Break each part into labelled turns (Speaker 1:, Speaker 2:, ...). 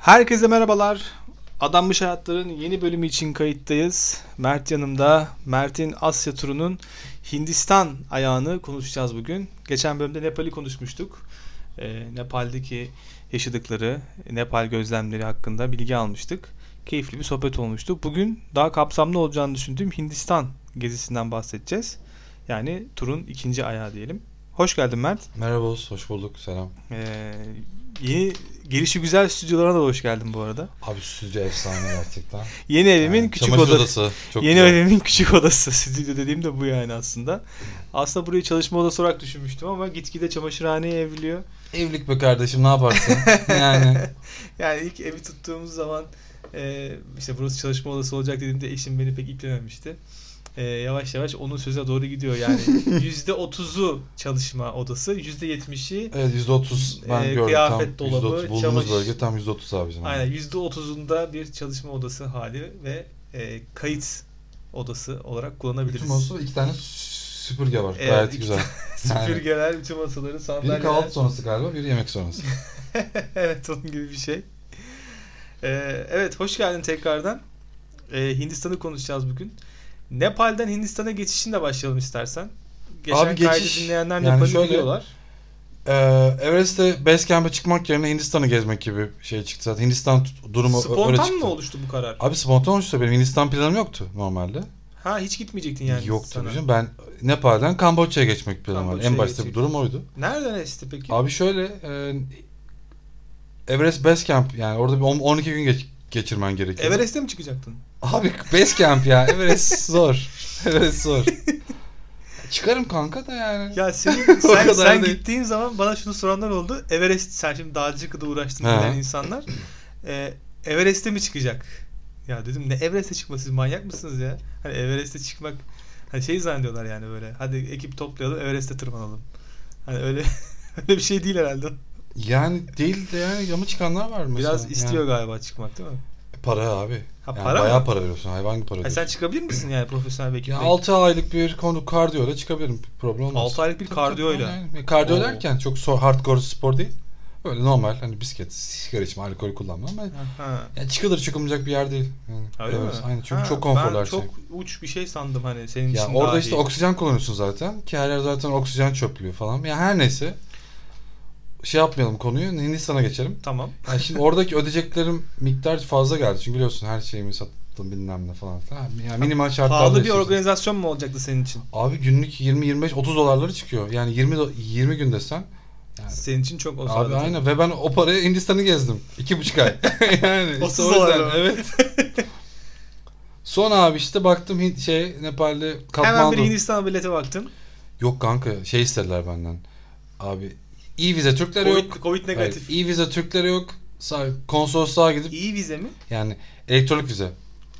Speaker 1: Herkese merhabalar. Adanmış Hayatların yeni bölümü için kayıttayız. Mert yanımda. Mert'in Asya turunun Hindistan ayağını konuşacağız bugün. Geçen bölümde Nepal'i konuşmuştuk. Ee, Nepal'deki yaşadıkları, Nepal gözlemleri hakkında bilgi almıştık. Keyifli bir sohbet olmuştu. Bugün daha kapsamlı olacağını düşündüğüm Hindistan gezisinden bahsedeceğiz. Yani turun ikinci ayağı diyelim. Hoş geldin Mert.
Speaker 2: Merhaba Oğuz, hoş bulduk. Selam.
Speaker 1: Ee, yeni gelişi güzel stüdyolara da hoş geldin bu arada.
Speaker 2: Abi stüdyo efsane gerçekten.
Speaker 1: Yeni evimin
Speaker 2: Yani
Speaker 1: küçük
Speaker 2: çamaşır
Speaker 1: odası.
Speaker 2: odası. Çok
Speaker 1: Yeni
Speaker 2: güzel.
Speaker 1: evimin küçük odası. Stüdyo dediğim de bu yani aslında. Aslında burayı çalışma odası olarak düşünmüştüm ama gitgide çamaşırhaneye evriliyor.
Speaker 2: Evlilik be kardeşim ne yaparsın? yani
Speaker 1: Yani ilk evi tuttuğumuz zaman e, işte burası çalışma odası olacak dediğimde eşim beni pek iplememişti. E, yavaş yavaş onun söze doğru gidiyor yani. %30'u çalışma odası, %70'i
Speaker 2: evet %30 ben
Speaker 1: Ee,
Speaker 2: gördüm.
Speaker 1: kıyafet
Speaker 2: tam
Speaker 1: dolabı,
Speaker 2: %30. Bulduğumuz
Speaker 1: çamaşır-
Speaker 2: bölge tam %30 abicim.
Speaker 1: Aynen %30'unda bir çalışma odası hali ve e, kayıt odası olarak
Speaker 2: Bütün
Speaker 1: kullanabiliriz.
Speaker 2: masada iki tane süpürge var.
Speaker 1: Evet,
Speaker 2: Gayet
Speaker 1: iki
Speaker 2: güzel.
Speaker 1: Süpürgeler, bütün masaları, sandalyeler.
Speaker 2: Biri kahvaltı sonrası galiba, biri yemek sonrası.
Speaker 1: evet onun gibi bir şey. Ee, evet hoş geldin tekrardan. Ee, Hindistan'ı konuşacağız bugün. Nepal'den Hindistan'a geçişinle başlayalım istersen. Geçen
Speaker 2: Abi geçiş-
Speaker 1: kaydı dinleyenler
Speaker 2: yani
Speaker 1: Nepal'i
Speaker 2: şöyle-
Speaker 1: biliyorlar.
Speaker 2: Ee, Everest'te Basecamp'e çıkmak yerine Hindistan'ı gezmek gibi bir şey çıktı zaten. Hindistan tut- durumu ö- öyle
Speaker 1: Spontan
Speaker 2: çıktı.
Speaker 1: mı oluştu bu karar?
Speaker 2: Abi spontan oluştu. Benim Hindistan planım yoktu normalde.
Speaker 1: Ha hiç gitmeyecektin yani
Speaker 2: Yoktu
Speaker 1: sana.
Speaker 2: abicim. Ben Nepal'den Kamboçya'ya geçmek planım vardı. En
Speaker 1: Kamboçya'ya
Speaker 2: başta bir
Speaker 1: geçecektin.
Speaker 2: durum oydu.
Speaker 1: Nereden esti peki?
Speaker 2: Abi şöyle e, Everest Base Camp yani orada bir on- 12 gün geç- geçirmen gerekiyor.
Speaker 1: Everest'e mi çıkacaktın?
Speaker 2: Abi Base Camp ya Everest zor. Everest zor. Çıkarım kanka da yani.
Speaker 1: Ya senin, sen,
Speaker 2: kadar
Speaker 1: sen
Speaker 2: değil.
Speaker 1: gittiğin zaman bana şunu soranlar oldu. Everest, sen şimdi dağcılıkla uğraştın
Speaker 2: Ha.
Speaker 1: bilen insanlar. E, Everest'e mi çıkacak? Ya dedim ne Everest'e çıkması siz manyak mısınız ya? Hani Everest'e çıkmak hani şey zannediyorlar yani böyle. Hadi ekip toplayalım Everest'e tırmanalım. Hani öyle öyle bir şey değil herhalde.
Speaker 2: Yani değil de yani yama çıkanlar var mı?
Speaker 1: Biraz istiyor galiba çıkmak değil mi?
Speaker 2: Para abi.
Speaker 1: Ha,
Speaker 2: yani
Speaker 1: para mı?
Speaker 2: bayağı para veriyorsun. Hayvan gibi para
Speaker 1: Hani sen
Speaker 2: veriyorsun.
Speaker 1: çıkabilir misin yani profesyonel bir ekiple?
Speaker 2: Ya 6 aylık bir konu kardiyo ile çıkabilirim. Problem olmaz.
Speaker 1: Altı aylık bir
Speaker 2: Tabii, tabii,
Speaker 1: kardiyoyla.
Speaker 2: Yani. Kardiyo
Speaker 1: Oo.
Speaker 2: derken çok so- hardcore spor değil. Böyle normal hani bisiklet, sigara içme, alkol kullanma ama
Speaker 1: Ha.
Speaker 2: yani çıkılır çıkılmayacak bir yer değil. Yani
Speaker 1: Öyle
Speaker 2: evet,
Speaker 1: mi?
Speaker 2: Aynen çünkü
Speaker 1: Ha,
Speaker 2: çok konforlu
Speaker 1: Ben
Speaker 2: her şey.
Speaker 1: çok uç bir şey sandım hani senin
Speaker 2: Ya
Speaker 1: için
Speaker 2: orada
Speaker 1: daha
Speaker 2: işte
Speaker 1: iyi.
Speaker 2: oksijen kullanıyorsun zaten. Ki her yer zaten oksijen çöplüyor falan. Ya her neyse. Şey yapmayalım konuyu. Hindistan'a geçelim.
Speaker 1: Tamam.
Speaker 2: Yani şimdi oradaki ödeyeceklerim miktar fazla geldi. Çünkü biliyorsun her şeyimi sattım bilmem ne falan. filan. Yani minimal şartlarda
Speaker 1: Pahalı bir
Speaker 2: yaşıyorsun.
Speaker 1: organizasyon mu olacaktı senin için?
Speaker 2: Abi günlük 20 25 30 dolarları çıkıyor. Yani 20 do- 20 gün desen. Yani
Speaker 1: Senin için çok o
Speaker 2: abi
Speaker 1: sırada.
Speaker 2: aynen ve ben o paraya Hindistan'ı gezdim. 2,5 ay. yani işte
Speaker 1: 30
Speaker 2: o yüzden,
Speaker 1: dolar mı?
Speaker 2: Evet. Son abi işte baktım Hint- şey Nepal'de
Speaker 1: Hemen bir
Speaker 2: Kathmandu.
Speaker 1: Hindistan bileti baktın.
Speaker 2: Yok kanka şey istediler benden. Abi iyi vize Türkleri
Speaker 1: Covid,
Speaker 2: yok.
Speaker 1: Covid negatif.
Speaker 2: Hayır, iyi vize Türkleri yok. Sa- Konsolosluğa gidip
Speaker 1: İyi vize mi?
Speaker 2: yani elektronik vize.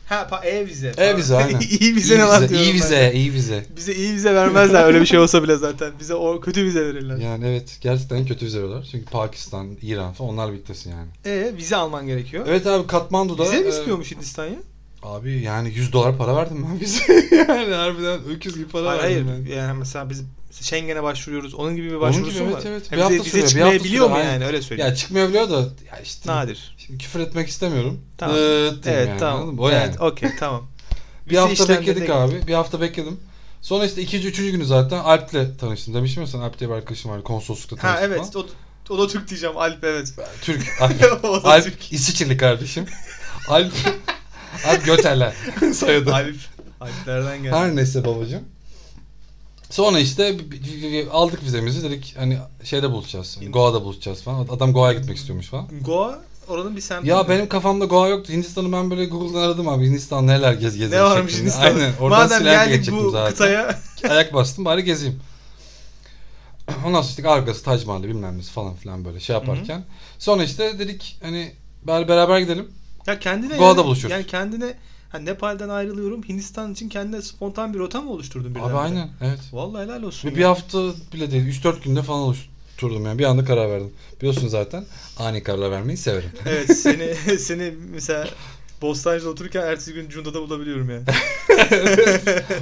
Speaker 1: Ha pa- E vize.
Speaker 2: E vize aynen.
Speaker 1: iyi vize ne lan diyorum
Speaker 2: İyi
Speaker 1: ben.
Speaker 2: vize, iyi vize.
Speaker 1: Bize iyi vize vermezler öyle bir şey olsa bile zaten. Bize o kötü vize verirler.
Speaker 2: Yani evet gerçekten kötü vizeler. Çünkü Pakistan, İran falan onlar birliktesin yani.
Speaker 1: E vize alman gerekiyor.
Speaker 2: Evet abi Katmandu'da.
Speaker 1: vize mi
Speaker 2: e,
Speaker 1: istiyormuş Hindistan ya?
Speaker 2: Abi yani 100 dolar para verdim ben vizeye. yani harbiden öküz gibi para
Speaker 1: Hayır
Speaker 2: verdim.
Speaker 1: hayır.
Speaker 2: yani.
Speaker 1: Yani mesela biz Schengen'e başvuruyoruz. Onun gibi bir
Speaker 2: Onun
Speaker 1: başvurusu
Speaker 2: gibi,
Speaker 1: var.
Speaker 2: evet, evet.
Speaker 1: Ha,
Speaker 2: Bir
Speaker 1: vize,
Speaker 2: hafta
Speaker 1: vize
Speaker 2: sürüyor, bir hafta
Speaker 1: çıkmayabiliyor mu
Speaker 2: sürüyor,
Speaker 1: yani öyle söyleyeyim.
Speaker 2: Ya çıkmayabiliyor da ya işte
Speaker 1: Nadir.
Speaker 2: Şimdi küfür etmek istemiyorum.
Speaker 1: Tamam.
Speaker 2: Dıt Ee, diyeyim
Speaker 1: Evet
Speaker 2: yani, anladın
Speaker 1: tamam.
Speaker 2: mı? O yani.
Speaker 1: Evet okey tamam. şey
Speaker 2: Bir
Speaker 1: Vize
Speaker 2: hafta
Speaker 1: işlemlerine
Speaker 2: bekledik
Speaker 1: gittik.
Speaker 2: abi. Bir hafta bekledim. Sonra işte ikinci, üçüncü günü zaten Alp'le tanıştım. Demiştim ya sana Alp diye bir arkadaşım var. Konsoloslukta
Speaker 1: Ha
Speaker 2: tanıştık
Speaker 1: evet. O, o da Türk diyeceğim. Alp evet.
Speaker 2: falan. Türk. Alp,
Speaker 1: o da Türk.
Speaker 2: Alp İsviçreli kardeşim. Alp. Alp Göteler. Soyadı.
Speaker 1: Alp. Alplerden geldi.
Speaker 2: Her neyse babacığım. Sonra işte bi- bi- bi- aldık vizemizi dedik hani şeyde buluşacağız. Hani Goa'da buluşacağız falan. Adam Goa'ya gitmek istiyormuş falan.
Speaker 1: Goa oranın bir semti.
Speaker 2: Ya benim kafamda Goa yoktu. Hindistan'ı ben böyle Google'dan aradım abi. Hindistan neler gez gezer.
Speaker 1: ne varmış
Speaker 2: şey şeklinde.
Speaker 1: Hindistan'da?
Speaker 2: Aynen. Oradan
Speaker 1: Madem
Speaker 2: Sri Lanka'ya
Speaker 1: geldik
Speaker 2: çıktım
Speaker 1: bu
Speaker 2: zaten.
Speaker 1: kıtaya.
Speaker 2: Ayak bastım bari gezeyim. Ondan sonra işte Argası, Taj Mahali bilmem nesi falan filan böyle şey yaparken. Sonra işte dedik hani bari beraber gidelim.
Speaker 1: Ya kendine
Speaker 2: Goa'da
Speaker 1: yani-
Speaker 2: buluşuyoruz.
Speaker 1: Yani kendine ha, Nepal'den ayrılıyorum. Hindistan için kendine spontan bir rota mı oluşturdun birdenbire?
Speaker 2: Abi aynen evet.
Speaker 1: Vallahi helal olsun.
Speaker 2: Bir, bir
Speaker 1: ya.
Speaker 2: hafta bile değil 3-4 günde falan oluşturdum yani bir anda karar verdim. Biliyorsun zaten ani karar vermeyi severim.
Speaker 1: Evet seni seni mesela Bostancı'da otururken ertesi gün Cunda'da bulabiliyorum yani.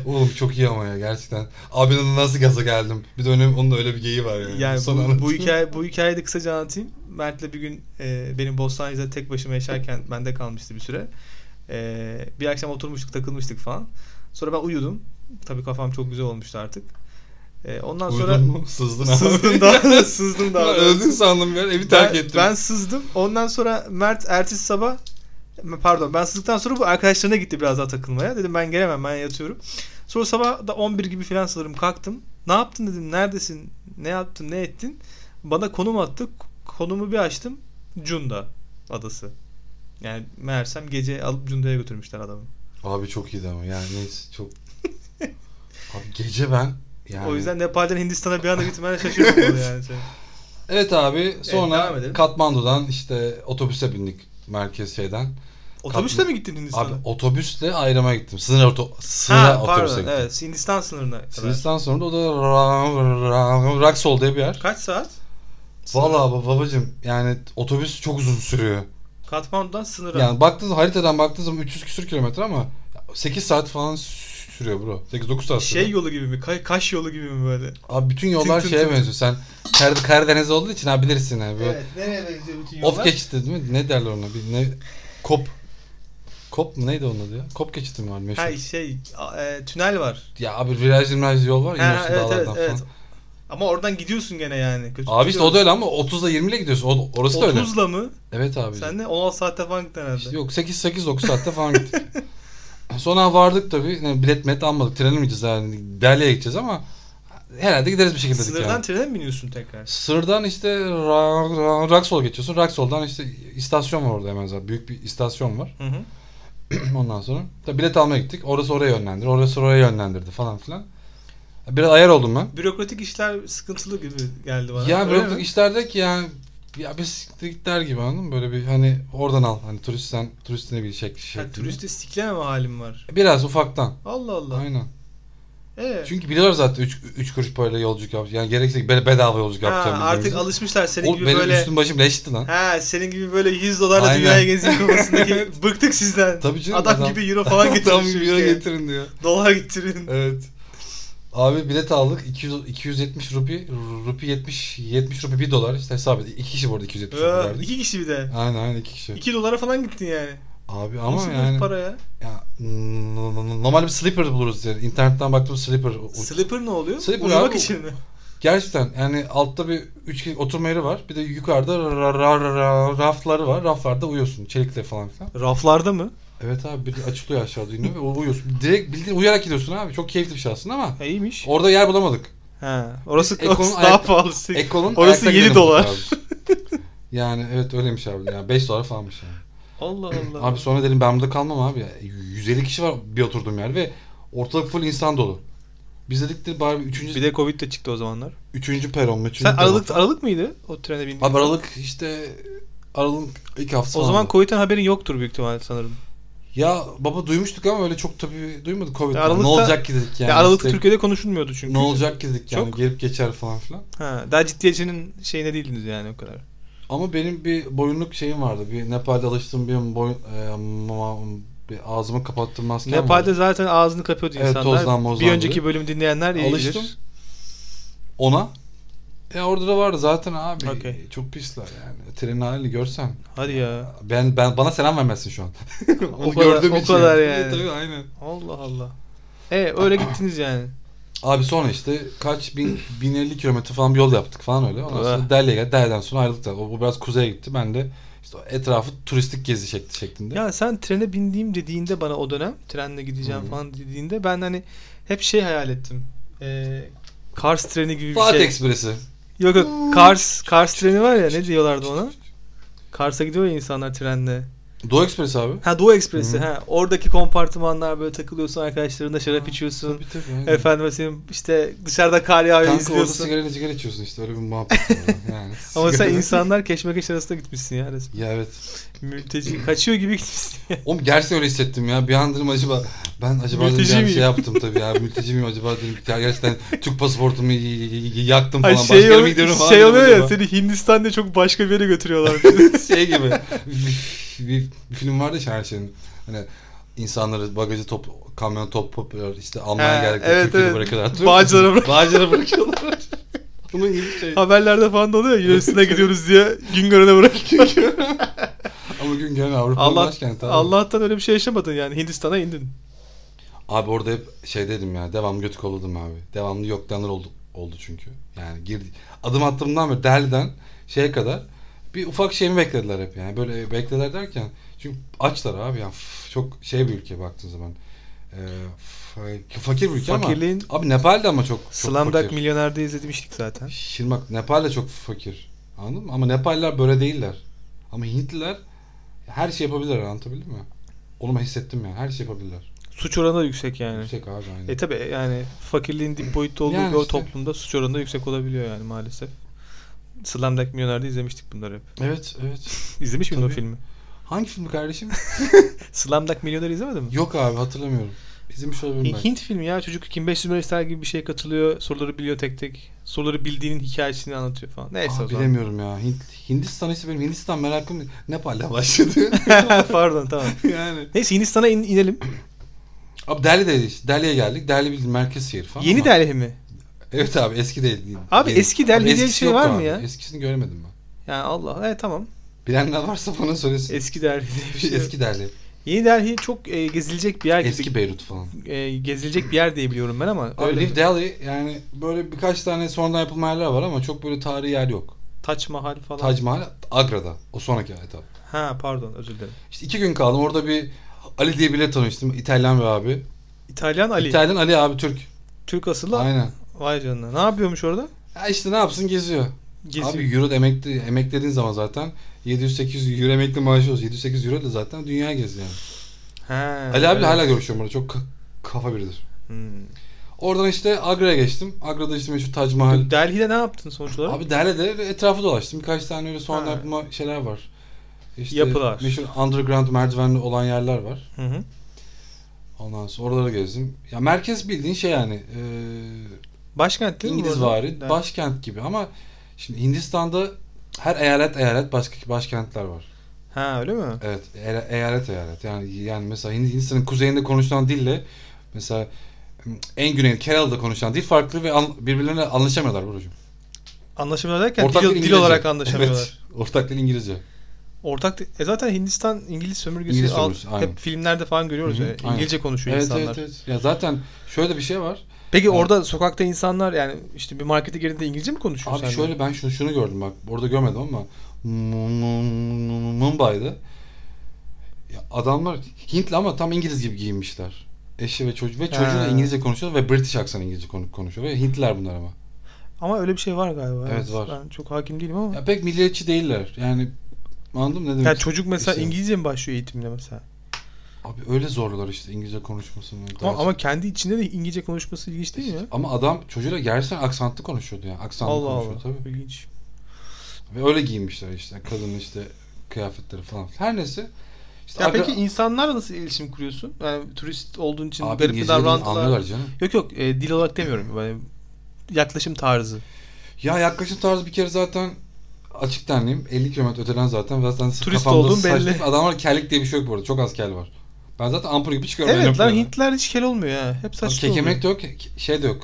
Speaker 2: Oğlum çok iyi ama ya gerçekten. Abinin nasıl gaza geldim. Bir de onun, onun da öyle bir geyiği var yani.
Speaker 1: Yani
Speaker 2: Sana
Speaker 1: bu, bu
Speaker 2: anlatayım.
Speaker 1: hikaye bu hikayeyi de kısaca anlatayım. Mert'le bir gün e, benim Bostancı'da tek başıma yaşarken bende kalmıştı bir süre. E, bir akşam oturmuştuk, takılmıştık falan. Sonra ben uyudum. Tabii kafam çok güzel olmuştu artık. E, ondan
Speaker 2: Uyudun
Speaker 1: sonra
Speaker 2: mu? Sızdın ama.
Speaker 1: sızdım daha, sızdım daha.
Speaker 2: Ulan Öldün sandım ben. Evi terk
Speaker 1: ben,
Speaker 2: ettim.
Speaker 1: ben sızdım. Ondan sonra Mert ertesi sabah pardon ben sızdıktan sonra bu arkadaşlarına gitti biraz daha takılmaya. Dedim ben gelemem ben yatıyorum. Sonra sabah da 11 gibi falan sanırım kalktım. Ne yaptın dedim. Neredesin? Ne yaptın? Ne ettin? Bana konum attı. Konumu bir açtım. Cunda adası. Yani meğersem gece alıp Cunda'ya götürmüşler adamı.
Speaker 2: Abi çok iyiydi ama yani neyse çok. Abi gece ben yani.
Speaker 1: O yüzden Nepal'den Hindistan'a bir anda gitmene şaşırdım yani. sen.
Speaker 2: Evet abi sonra
Speaker 1: devam edelim.
Speaker 2: Katmandu'dan işte otobüse bindik merkez şeyden.
Speaker 1: Otobüsle mi gittin Hindistan'a?
Speaker 2: Abi otobüsle ayrıma gittim. Sınır, oto sınır
Speaker 1: ha,
Speaker 2: otobüse
Speaker 1: pardon
Speaker 2: gittim.
Speaker 1: evet Hindistan sınırına kadar.
Speaker 2: Sırstan sonra da o da ra- ra- Raksol diye bir yer.
Speaker 1: Kaç saat?
Speaker 2: Valla bab- babacım yani otobüs çok uzun sürüyor.
Speaker 1: Katmandu'dan sınıra.
Speaker 2: Yani baktığınız haritadan baktığınız zaman 300 küsür kilometre ama 8 saat falan sürüyor bro. 8-9 saat sürüyor.
Speaker 1: şey yolu gibi mi? Kay- kaş yolu gibi mi böyle?
Speaker 2: Abi bütün yollar
Speaker 1: Tüm tüm
Speaker 2: şeye
Speaker 1: tüm.
Speaker 2: benziyor. Sen Kar Karadeniz olduğu için abi bilirsin abi. Böyle
Speaker 1: Nereye benziyor bütün
Speaker 2: Of geçti değil mi? Ne derler ona? Bir ne kop. Kop mu neydi onun adı ya? Kop geçti mi var meşhur?
Speaker 1: Ha şey a- e, tünel var.
Speaker 2: Ya abi viraj viraj yol var
Speaker 1: Ha,
Speaker 2: iniyorsun
Speaker 1: evet evet
Speaker 2: dağlardan
Speaker 1: evet.
Speaker 2: falan.
Speaker 1: Ama oradan gidiyorsun gene yani. Kötü
Speaker 2: Abi işte o da öyle ama 30'la 20'le gidiyorsun. O, orası da öyle.
Speaker 1: 30'la mı?
Speaker 2: Evet abi.
Speaker 1: Sen de 16 saatte falan gittin herhalde.
Speaker 2: İşte yok 8 8 9 saatte falan gittik. Sonra vardık tabii. Yani bilet met almadık. Trene mi gideceğiz yani? Delhi'ye gideceğiz ama herhalde gideriz bir şekilde dedik
Speaker 1: Sınırdan
Speaker 2: yani.
Speaker 1: trene mi biniyorsun tekrar?
Speaker 2: Sırdan işte Ra- Ra- Raksol geçiyorsun. Raksol'dan işte istasyon var orada hemen zaten. Büyük bir istasyon var.
Speaker 1: Hı hı.
Speaker 2: Ondan sonra tabii bilet almaya gittik. Orası oraya yönlendirdi. Orası oraya yönlendirdi falan filan. Biraz ayar oldum ben.
Speaker 1: Bürokratik işler sıkıntılı gibi geldi bana.
Speaker 2: Ya
Speaker 1: Öyle
Speaker 2: bıraktık
Speaker 1: mi?
Speaker 2: işlerde ki ya ya bisikletler gibi anladın mı? Böyle bir hani oradan al. Hani turistten turistine bir
Speaker 1: Ha,
Speaker 2: şekli şeklinde.
Speaker 1: turiste sikleme halim var.
Speaker 2: Biraz ufaktan.
Speaker 1: Allah Allah.
Speaker 2: Aynen.
Speaker 1: Ee?
Speaker 2: Çünkü biliyorlar zaten 3 kuruş parayla yolculuk yap. Yani gerekirse be- bedava yolculuk
Speaker 1: Ha,
Speaker 2: yapacağım.
Speaker 1: artık
Speaker 2: bildiğimiz.
Speaker 1: alışmışlar senin
Speaker 2: Oğlum
Speaker 1: gibi
Speaker 2: benim
Speaker 1: böyle.
Speaker 2: üstüm başım leşti lan.
Speaker 1: Ha senin gibi böyle 100 dolarla
Speaker 2: Aynen.
Speaker 1: dünyaya gezeyim kafasındaki bıktık sizden.
Speaker 2: Tabii canım.
Speaker 1: Adam, gibi euro falan getirin.
Speaker 2: Adam gibi euro
Speaker 1: ülkeye.
Speaker 2: getirin diyor.
Speaker 1: Dolar getirin.
Speaker 2: Evet. Abi bilet aldık. 200, 270 rupi. Rupi 70 70 rupi 1 dolar. İşte hesap et. 2 kişi bu arada 270 rupi
Speaker 1: Ee,
Speaker 2: verdik.
Speaker 1: iki kişi bir de.
Speaker 2: Aynen aynen 2 kişi.
Speaker 1: 2 dolara falan gittin yani.
Speaker 2: Abi ama
Speaker 1: Nasıl
Speaker 2: yani.
Speaker 1: yani. para ya?
Speaker 2: Ya, n- n- n- normal bir sleeper buluruz yani. İnternetten baktım sleeper. O-
Speaker 1: Slipper ne oluyor?
Speaker 2: Slipper
Speaker 1: Uyumak
Speaker 2: abi.
Speaker 1: için mi?
Speaker 2: Gerçekten yani altta bir üç kişilik oturma yeri var. Bir de yukarıda ra- ra- ra- rafları var. Raflarda uyuyorsun. Çelikle falan filan.
Speaker 1: Raflarda mı?
Speaker 2: Evet abi bir de açılıyor aşağıda iniyor ve uyuyorsun. Direkt bildiğin uyuyarak gidiyorsun abi. Çok keyifli bir şey aslında ama
Speaker 1: Ha, iyiymiş.
Speaker 2: orada yer bulamadık.
Speaker 1: ha, orası,
Speaker 2: Biz Ekon'un
Speaker 1: orası daha
Speaker 2: ayakta-
Speaker 1: pahalı.
Speaker 2: Ekol'un
Speaker 1: Orası
Speaker 2: ayakta
Speaker 1: 7
Speaker 2: gideni
Speaker 1: dolar.
Speaker 2: bulduk abi. yani evet öyleymiş abi. Yani 5 dolar falanmış yani.
Speaker 1: Allah Allah.
Speaker 2: Abi sonra dedim ben burada kalmam abi. ya. 150 kişi var bir oturduğum yer ve ortalık full insan dolu. Biz dedik de bari 3.
Speaker 1: bir de Covid de çıktı o zamanlar.
Speaker 2: 3. peron mu? üçüncü
Speaker 1: Sen
Speaker 2: peron.
Speaker 1: Aralık Aralık mıydı o trene bindiğin?
Speaker 2: Abi Aralık işte Aralık'ın ilk haftası
Speaker 1: o zaman
Speaker 2: falandı.
Speaker 1: Covid'den haberin yoktur büyük ihtimalle sanırım.
Speaker 2: Ya baba duymuştuk ama öyle çok tabii duymadık Covid.
Speaker 1: Ya
Speaker 2: Yani ne
Speaker 1: Aralık'ta-
Speaker 2: olacak ki dedik yani.
Speaker 1: ya Aralık
Speaker 2: İşte
Speaker 1: Türkiye'de konuşulmuyordu çünkü.
Speaker 2: Ne olacak ki dedik yani
Speaker 1: Çok.
Speaker 2: gelip geçer falan filan.
Speaker 1: Ha, daha ciddiyetçinin şeyine değildiniz yani o kadar.
Speaker 2: Ama benim bir boyunluk şeyim vardı. Bir Nepal'de alıştığım bir, boy, e, ma- bir ağzımı kapattığım maskem
Speaker 1: Nepal'de
Speaker 2: vardı.
Speaker 1: zaten ağzını kapıyordu
Speaker 2: Evet,
Speaker 1: insanlar.
Speaker 2: tozdan mozdan
Speaker 1: bir önceki
Speaker 2: diye.
Speaker 1: bölüm dinleyenler iyi bilir.
Speaker 2: Alıştım. Ona. E orada da vardı zaten abi.
Speaker 1: Okey.
Speaker 2: Çok pisler yani. Trenin halini görsen.
Speaker 1: Hadi ya.
Speaker 2: Ben, ben bana selam vermezsin şu an.
Speaker 1: O kadar- o kadar yani.
Speaker 2: E, tabii aynen.
Speaker 1: Allah Allah. E öyle gittiniz yani.
Speaker 2: Abi sonra işte kaç bin, 1050 kilometre falan bir yol yaptık falan öyle. Ondan sonra
Speaker 1: Ah.
Speaker 2: Delhi'ye geldi. Delhi'den sonra ayrıldık da. O, o biraz kuzeye gitti. Ben de işte o etrafı turistik gezi şekli şeklinde.
Speaker 1: Ya sen trene bindiğim dediğinde bana o dönem trenle gideceğim
Speaker 2: Hı.
Speaker 1: falan dediğinde ben hani hep şey hayal ettim. Ee, Kars treni gibi bir
Speaker 2: Fatih
Speaker 1: şey.
Speaker 2: Ekspresi.
Speaker 1: Yok yok Kars, Kars treni var ya ne diyorlardı ona? Kars'a gidiyor ya insanlar trenle.
Speaker 2: Doğu Ekspresi abi.
Speaker 1: Ha Doğu Ekspresi
Speaker 2: Hı.
Speaker 1: ha. Oradaki kompartımanlar böyle takılıyorsun arkadaşlarınla şarap içiyorsun.
Speaker 2: Tabii tabii. aynen.
Speaker 1: Efendim senin işte dışarıda kar yağıyor
Speaker 2: Kanka orada
Speaker 1: izliyorsun.
Speaker 2: sigara sigara içiyorsun işte öyle bir muhabbet var. Yani
Speaker 1: Ama sen
Speaker 2: sigara-
Speaker 1: insanlar keşmekeş arasında gitmişsin ya resmen.
Speaker 2: Ya evet.
Speaker 1: Mülteci kaçıyor gibi gitmişsin ya.
Speaker 2: Oğlum gerçekten öyle hissettim ya. Bir an dedim acaba ben acaba dedim
Speaker 1: Mülteci
Speaker 2: yani
Speaker 1: miyim?
Speaker 2: şey yaptım tabii ya. Mülteci miyim acaba dedim. Ya gerçekten Türk pasaportumu y- y- y- yaktım
Speaker 1: Ay
Speaker 2: falan.
Speaker 1: şey,
Speaker 2: Başka yere
Speaker 1: ol-
Speaker 2: mi gidiyorum falan
Speaker 1: şey
Speaker 2: dedim
Speaker 1: oluyor ya
Speaker 2: acaba.
Speaker 1: seni Hindistan'da çok başka bir yere götürüyorlar.
Speaker 2: şey gibi. bir, bir film vardı ya her şeyin. Hani insanları bagajı top Kamyon top popüler işte Almanya
Speaker 1: He,
Speaker 2: geldikleri
Speaker 1: evet,
Speaker 2: Türkiye'de
Speaker 1: evet.
Speaker 2: bırakıyorlar. Hatırlıyor
Speaker 1: Bağcılara
Speaker 2: musun?
Speaker 1: bırak-
Speaker 2: Bağcılara bırakıyorlar. Bunun gibi şey.
Speaker 1: Haberlerde falan da oluyor ya, Yunanistan'a gidiyoruz diye Güngören'e bırakıyor.
Speaker 2: Ama gün gelen Avrupa'nın
Speaker 1: Allah,
Speaker 2: başkenti abi.
Speaker 1: Allah'tan öyle bir şey yaşamadın yani Hindistan'a indin.
Speaker 2: Abi orada hep şey dedim ya devam götü kovladım abi. Devamlı yoklanır oldu, oldu çünkü. Yani girdi. Adım attığımdan beri derliden şeye kadar bir ufak şeyimi beklediler hep yani. Böyle beklediler derken çünkü açlar abi yani F- çok şey bir ülke baktığın zaman. Ee, f- fakir bir ülke
Speaker 1: Fakirliğin-
Speaker 2: ama. Abi Nepal'de ama çok, çok
Speaker 1: Slamdak
Speaker 2: fakir.
Speaker 1: Milyoner'de izlemiştik zaten.
Speaker 2: Şimdi bak Nepal de çok fakir. Anladın mı? Ama Nepalliler böyle değiller. Ama Hintliler her şey yapabilirler anlatabildim mi? Onu ben hissettim yani. Her şey yapabilirler.
Speaker 1: Suç oranı da yüksek yani.
Speaker 2: Yüksek abi aynen.
Speaker 1: E tabi yani fakirliğin dip boyutta olduğu
Speaker 2: Yani
Speaker 1: bir
Speaker 2: işte.
Speaker 1: toplumda suç oranı da yüksek olabiliyor yani maalesef. Slamdak Milyoner'de izlemiştik bunları hep.
Speaker 2: Evet evet.
Speaker 1: İzlemiş miydin o
Speaker 2: Tabii.
Speaker 1: filmi?
Speaker 2: Hangi filmi kardeşim?
Speaker 1: Slamdak Milyoner izlemedin mi?
Speaker 2: Yok abi hatırlamıyorum. İzlemiş olabilirim
Speaker 1: Hi-
Speaker 2: belki.
Speaker 1: Hint filmi ya çocuk 2500 milyon ister gibi bir şeye katılıyor. Soruları biliyor tek tek. Soruları bildiğinin hikayesini anlatıyor falan. Neyse
Speaker 2: Aa,
Speaker 1: o zaman.
Speaker 2: bilemiyorum ya. Hint, Hindistan işte benim Hindistan merakım Nepal'le başladı.
Speaker 1: Pardon tamam.
Speaker 2: yani.
Speaker 1: Neyse Hindistan'a in- inelim.
Speaker 2: Abi Delhi'deydi işte. Delhi'ye geldik. Delhi bildiğin merkez şehir falan.
Speaker 1: Yeni
Speaker 2: ama-
Speaker 1: Delhi mi?
Speaker 2: Evet abi eski Delhi.
Speaker 1: Abi
Speaker 2: Yeni-
Speaker 1: eski Delhi
Speaker 2: Abi
Speaker 1: diye bir
Speaker 2: eskisi
Speaker 1: şey
Speaker 2: yok
Speaker 1: var mı
Speaker 2: abi.
Speaker 1: ya?
Speaker 2: Eskisini göremedim ben.
Speaker 1: Yani Allah. Evet tamam.
Speaker 2: Bilenler varsa bana söylesin.
Speaker 1: Eski Delhi diye bir şey. yok.
Speaker 2: eski Delhi.
Speaker 1: Yeni Delhi çok e, gezilecek bir yer gibi.
Speaker 2: Eski Beyrut falan.
Speaker 1: e, gezilecek bir yer diye biliyorum ben ama
Speaker 2: Abi
Speaker 1: öyle
Speaker 2: New
Speaker 1: mi?
Speaker 2: Delhi yani böyle birkaç tane sonradan yapılma yerler var ama çok böyle tarihi yer yok.
Speaker 1: Taç Mahal falan.
Speaker 2: Tac Mahal Agra'da. O sonraki etap.
Speaker 1: Ha pardon özür dilerim.
Speaker 2: İşte iki gün kaldım. Orada bir Ali diye biriyle tanıştım. İtalyan bir abi.
Speaker 1: İtalyan Ali.
Speaker 2: İtalyan Ali abi Türk.
Speaker 1: Türk asıllı.
Speaker 2: Aynen.
Speaker 1: Vay canına. Ne yapıyormuş orada?
Speaker 2: Ya işte ne yapsın geziyor.
Speaker 1: Geziyor.
Speaker 2: Abi euro da emekli, emeklediğin zaman zaten 700-800 euro emekli maaşı olsun. 700-800 euro da zaten dünya geziyor yani.
Speaker 1: Ha,
Speaker 2: Ali
Speaker 1: öyle.
Speaker 2: abiyle hala görüşüyorum orada. Çok ka- kafa biridir.
Speaker 1: Hmm.
Speaker 2: Oradan işte Agra'ya geçtim. Agra'da işte meşhur Tac Mahal.
Speaker 1: Delhi'de ne yaptın sonuç olarak?
Speaker 2: Abi Derne'de etrafı dolaştım. Birkaç tane öyle sonradan
Speaker 1: Ha.
Speaker 2: yapma şeyler var. İşte
Speaker 1: Yapılar.
Speaker 2: Meşhur underground merdivenli olan yerler var.
Speaker 1: Hı hı.
Speaker 2: Ondan sonra oraları gezdim. Ya merkez bildiğin şey yani. E,
Speaker 1: Başkent değil mi? bu
Speaker 2: İngiliz
Speaker 1: arada?
Speaker 2: vari,
Speaker 1: Delhi.
Speaker 2: başkent gibi ama şimdi Hindistan'da her eyalet eyalet başka başkentler var.
Speaker 1: Ha öyle mi?
Speaker 2: Evet, ele- eyalet eyalet. Yani yani mesela Hind- Hindistan'ın kuzeyinde konuşulan dille mesela en güney Kerala'da konuşulan dil farklı ve an, birbirlerine anlaşamıyorlar Buracığım.
Speaker 1: Anlaşamıyorlar derken dil, dil
Speaker 2: İngilizce.
Speaker 1: olarak anlaşamıyorlar.
Speaker 2: Evet, ortak dil İngilizce.
Speaker 1: Ortak di- e zaten Hindistan İngiliz sömürgesi
Speaker 2: İngiliz
Speaker 1: alt-
Speaker 2: sömürgesi, aynen.
Speaker 1: hep filmlerde falan görüyoruz
Speaker 2: Hı hı,
Speaker 1: yani.
Speaker 2: aynen.
Speaker 1: İngilizce konuşuyor
Speaker 2: Evet,
Speaker 1: insanlar.
Speaker 2: evet evet. Ya zaten şöyle bir şey var.
Speaker 1: Peki
Speaker 2: Evet.
Speaker 1: orada sokakta insanlar yani işte bir markete girdiğinde İngilizce mi konuşuyor
Speaker 2: Abi
Speaker 1: seninle?
Speaker 2: şöyle ben şunu şunu gördüm bak. Orada görmedim ama Mumbai'de ya adamlar Hintli ama tam İngiliz gibi giyinmişler. Eşi ve çocuğu ve çocuğu da
Speaker 1: He.
Speaker 2: İngilizce konuşuyor ve British aksanı İngilizce konu- konuşuyor ve Hintliler bunlar ama.
Speaker 1: Ama öyle bir şey var galiba.
Speaker 2: Evet, var.
Speaker 1: Ben çok hakim değilim ama.
Speaker 2: Ya pek milliyetçi değiller. Yani anladın mı ne demek?
Speaker 1: yani çocuk mesela
Speaker 2: istiyorum?
Speaker 1: İngilizce mi başlıyor eğitimine mesela?
Speaker 2: Abi öyle zorlar işte İngilizce konuşmasını.
Speaker 1: Ama, ama kendi içinde de İngilizce konuşması ilginç değil mi? ya?
Speaker 2: ama adam çocuğuyla gerçekten aksantlı konuşuyordu yani. Aksanlı
Speaker 1: Allah
Speaker 2: konuşuyor
Speaker 1: Allah.
Speaker 2: tabii.
Speaker 1: İlginç.
Speaker 2: Ve öyle giyinmişler işte. Kadın işte kıyafetleri falan. Her neyse. İşte
Speaker 1: Ya
Speaker 2: abi-
Speaker 1: peki insanlarla nasıl iletişim kuruyorsun? Yani turist olduğun için
Speaker 2: abi
Speaker 1: garip bir
Speaker 2: İngilizce dediğini
Speaker 1: davrantılar.
Speaker 2: anlıyorlar canım.
Speaker 1: Yok yok e, dil olarak demiyorum. Yani yaklaşım tarzı.
Speaker 2: Ya yaklaşım tarzı bir kere zaten açık tenliyim. 50 kilometre öteden zaten. Zaten
Speaker 1: Turist
Speaker 2: kafamda
Speaker 1: olduğun
Speaker 2: saç-
Speaker 1: belli.
Speaker 2: Adamlar kellik diye bir şey yok bu arada. Çok az kel var. Ben zaten ampul gibi çıkıyorum.
Speaker 1: evet
Speaker 2: Öyle
Speaker 1: lan
Speaker 2: yapıyorum.
Speaker 1: Hintliler hiç kel olmuyor ya. Hep
Speaker 2: Abi
Speaker 1: saçma
Speaker 2: Kekemek
Speaker 1: oluyor.
Speaker 2: de yok. ke- Şey de yok.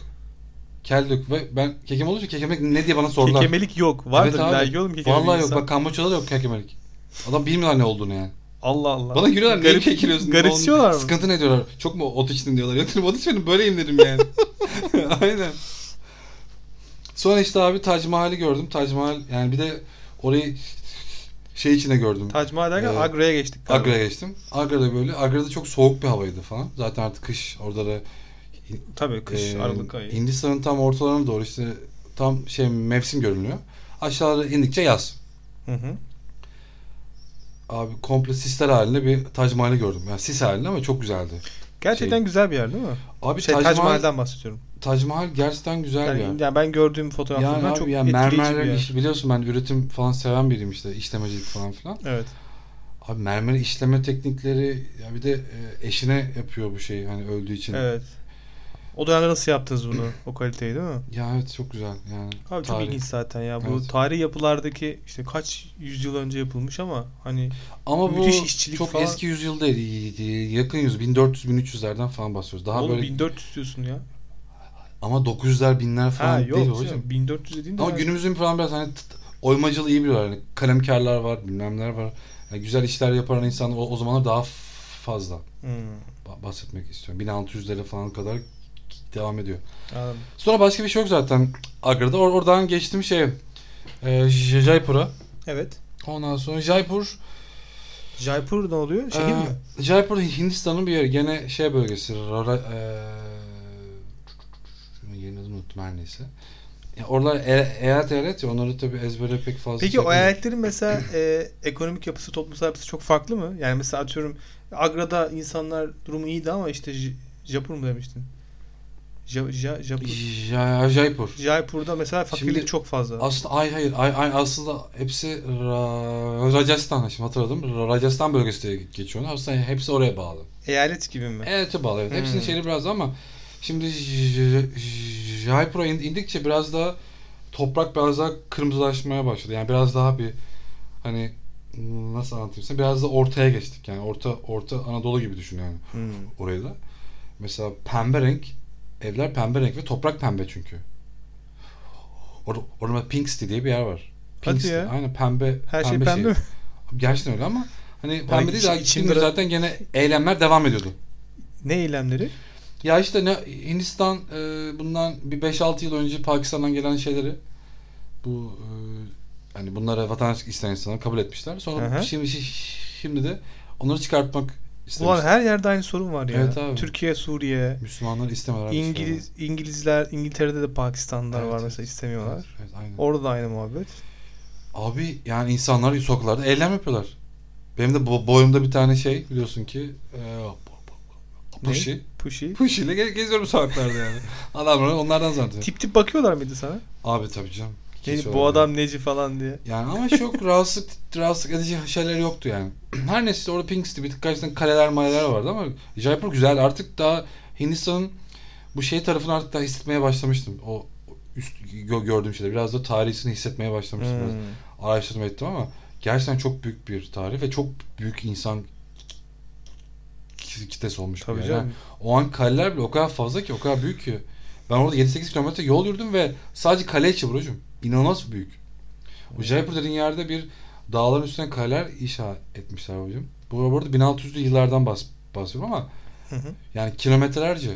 Speaker 2: Kel de yok. Ve ben kekem olunca kekemek ne diye bana sordular.
Speaker 1: Kekemelik yok. Vardır
Speaker 2: abi.
Speaker 1: illa ki oğlum kekemelik
Speaker 2: Vallahi yok.
Speaker 1: insan.
Speaker 2: Bak Kamboçya'da da yok kekemelik. Adam bilmiyorlar ne olduğunu yani.
Speaker 1: Allah Allah.
Speaker 2: Bana gülüyorlar niye
Speaker 1: Garip-
Speaker 2: kekiliyorsun?
Speaker 1: garipsiyorlar mı?
Speaker 2: Sıkıntı ne diyorlar? Çok mu ot içtin diyorlar. Yok dedim ot içmedim böyleyim dedim yani. Aynen. Sonra işte abi Tac Mahal'i gördüm. Tac Mahal yani bir de orayı şey içine gördüm.
Speaker 1: Tac Mahal derken
Speaker 2: Ee,
Speaker 1: Agra'ya geçtik. galiba.
Speaker 2: Agra'ya geçtim. Agra'da böyle. Agra'da çok soğuk bir havaydı falan. Zaten artık kış. Orada da
Speaker 1: Tabii kış,
Speaker 2: ee,
Speaker 1: Aralık ayı.
Speaker 2: Hindistan'ın tam ortalarına doğru işte tam şey mevsim görünüyor. Aşağıda indikçe yaz.
Speaker 1: Hı hı.
Speaker 2: Abi komple sisler halinde bir Tac Mahal'i gördüm. Yani sis halinde ama çok güzeldi.
Speaker 1: Gerçekten
Speaker 2: Şey-
Speaker 1: güzel bir yer değil mi?
Speaker 2: Abi
Speaker 1: şey,
Speaker 2: Tac
Speaker 1: Tac
Speaker 2: Mahal
Speaker 1: Mahal'den bahsediyorum.
Speaker 2: Tac Mahal gerçekten güzel
Speaker 1: Yani,
Speaker 2: bir yer.
Speaker 1: yani ben gördüğüm
Speaker 2: Yani
Speaker 1: fotoğraflardan
Speaker 2: abi
Speaker 1: çok
Speaker 2: yani
Speaker 1: etkileyici bir
Speaker 2: mermerler
Speaker 1: yer.
Speaker 2: işi biliyorsun ben üretim falan seven biriyim işte işlemecilik falan filan.
Speaker 1: Evet.
Speaker 2: Abi mermeri işleme teknikleri ya bir de e, eşine yapıyor bu şeyi hani öldüğü için.
Speaker 1: Evet. O dönemde nasıl yaptınız bunu? o kaliteyi değil mi?
Speaker 2: Ya evet çok güzel yani.
Speaker 1: Abi çok
Speaker 2: tarih.
Speaker 1: ilginç zaten ya. Bu
Speaker 2: Evet.
Speaker 1: tarihi yapılardaki işte kaç yüzyıl önce yapılmış ama hani
Speaker 2: Ama bu
Speaker 1: Müthiş işçilik
Speaker 2: çok
Speaker 1: falan.
Speaker 2: eski yüzyıl değil. Yakın yüz 1400-1300'lerden falan bahsediyoruz. Daha
Speaker 1: oğlum
Speaker 2: böyle
Speaker 1: 1400 diyorsun ya.
Speaker 2: ama 900'ler binler falan
Speaker 1: Ha
Speaker 2: değil
Speaker 1: yok
Speaker 2: hocam.
Speaker 1: canım 1400 dediğin de
Speaker 2: Ama
Speaker 1: ben-
Speaker 2: günümüzün falan biraz hani tıt- oymacılığı iyi biliyorlar. Yani kalemkarlar var, bilmemler var. Yani güzel işler yapan insan o, o zamanlar daha f- fazla
Speaker 1: Hmm,
Speaker 2: ba- bahsetmek istiyorum. 1600'lere falan kadar devam ediyor.
Speaker 1: anladım.
Speaker 2: Sonra başka bir şey yok zaten Agra'da. Or- oradan geçtim şey e, J- Jaipur'a.
Speaker 1: Evet.
Speaker 2: Ondan sonra Jaipur
Speaker 1: Jaipur ne oluyor? Şehir
Speaker 2: e,
Speaker 1: şey mi?
Speaker 2: Jaipur Hindistan'ın bir yeri. Gene şey bölgesi. Rara, e, şunun yerini adını unuttum her neyse. Ya oralar e- eyalet eyalet ya onları tabii ezbere pek fazla
Speaker 1: Peki
Speaker 2: şey
Speaker 1: o eyaletlerin mesela e, ekonomik yapısı, toplumsal yapısı çok farklı mı? Yani mesela atıyorum Agra'da insanlar durumu iyiydi ama işte J- Japur mu demiştin? Ja, ja, Japur.
Speaker 2: Ja- Jaipur.
Speaker 1: Jaipur'da mesela fakirlik
Speaker 2: Şimdi-
Speaker 1: çok fazla.
Speaker 2: Aslında ay hayır ay, ay aslında hepsi Ra- Rajasthan şimdi hatırladım. Ra- Rajasthan bölgesi diye geçiyor. Aslında hepsi oraya bağlı.
Speaker 1: Eyalet gibi mi?
Speaker 2: Eyalete bağlı evet. Hepsinin
Speaker 1: Hmm.
Speaker 2: şehri biraz ama şimdi J- J- J- Jaipur'a in- indikçe biraz daha toprak biraz daha kırmızılaşmaya başladı. Yani biraz daha bir hani nasıl anlatayım size biraz da ortaya geçtik. Yani orta orta Anadolu gibi düşün yani
Speaker 1: Hmm.
Speaker 2: orayı da. Mesela pembe renk evler pembe renk ve toprak pembe çünkü. Orada, orada Pink City diye bir yer var. Pink
Speaker 1: Hadi
Speaker 2: City.
Speaker 1: ya.
Speaker 2: Aynen pembe.
Speaker 1: Her şey pembe mi?
Speaker 2: şehir. Gerçekten öyle ama hani
Speaker 1: Vay,
Speaker 2: pembe değil
Speaker 1: içi-
Speaker 2: daha
Speaker 1: içim
Speaker 2: içinde
Speaker 1: biraz-
Speaker 2: zaten gene eylemler devam ediyordu.
Speaker 1: Ne eylemleri?
Speaker 2: Ya işte ne Hindistan e, bundan bir 5-6 yıl önce Pakistan'dan gelen şeyleri bu e, hani bunlara vatandaşlık isteyen insanlar kabul etmişler. Sonra
Speaker 1: Hı hı.
Speaker 2: şimdi şimdi de onları çıkartmak
Speaker 1: Ulan
Speaker 2: istemişler.
Speaker 1: her yerde aynı sorun var ya.
Speaker 2: Evet abi.
Speaker 1: Türkiye, Suriye,
Speaker 2: Müslümanlar istemediler. bir
Speaker 1: İngiliz,
Speaker 2: şeyler.
Speaker 1: İngilizler, İngiltere'de de Pakistanlılar
Speaker 2: Evet,
Speaker 1: var
Speaker 2: evet.
Speaker 1: mesela istemiyorlar.
Speaker 2: Evet, evet, aynen.
Speaker 1: Orada da aynı muhabbet.
Speaker 2: Abi yani insanlar sokaklarda eylem yapıyorlar. Benim de bo- boyumda bir tane şey biliyorsun ki e,
Speaker 1: Ne?
Speaker 2: pushi.
Speaker 1: Pushy.
Speaker 2: Pushi ile ge- geziyorum sokaklarda yani. Adamlar onlardan zaten.
Speaker 1: Tip tip bakıyorlar mıydı sana?
Speaker 2: Abi tabii canım. Hiç
Speaker 1: Ne,
Speaker 2: öyle
Speaker 1: bu adam neci falan diye.
Speaker 2: Yani ama çok rahatsızlık, rahatsızlık edici şeyler yoktu yani. Her neyse orada Pink City bir tık karşısında kaleler maleler vardı ama Jaipur güzel artık daha Hindistan'ın bu şey tarafını artık daha hissetmeye başlamıştım. O üst gö- gördüğüm şeyler biraz da tarihini hissetmeye başlamıştım. Biraz
Speaker 1: Hmm.
Speaker 2: araştırma ettim ama gerçekten çok büyük bir tarih ve çok büyük insan ki- kitlesi olmuş. bir
Speaker 1: Tabii
Speaker 2: yer.
Speaker 1: canım.
Speaker 2: O an kaleler bile o kadar fazla ki o kadar büyük ki. Ben orada 7-8 kilometre yol yürüdüm ve sadece kale içi buracım. İnanılmaz büyük. O Jaipur dediğin yerde bir dağların üstüne kaleler inşa etmişler hocam. Bu bu arada 1600'lü yıllardan bahs- bahsediyorum ama
Speaker 1: Hı hı.
Speaker 2: yani kilometrelerce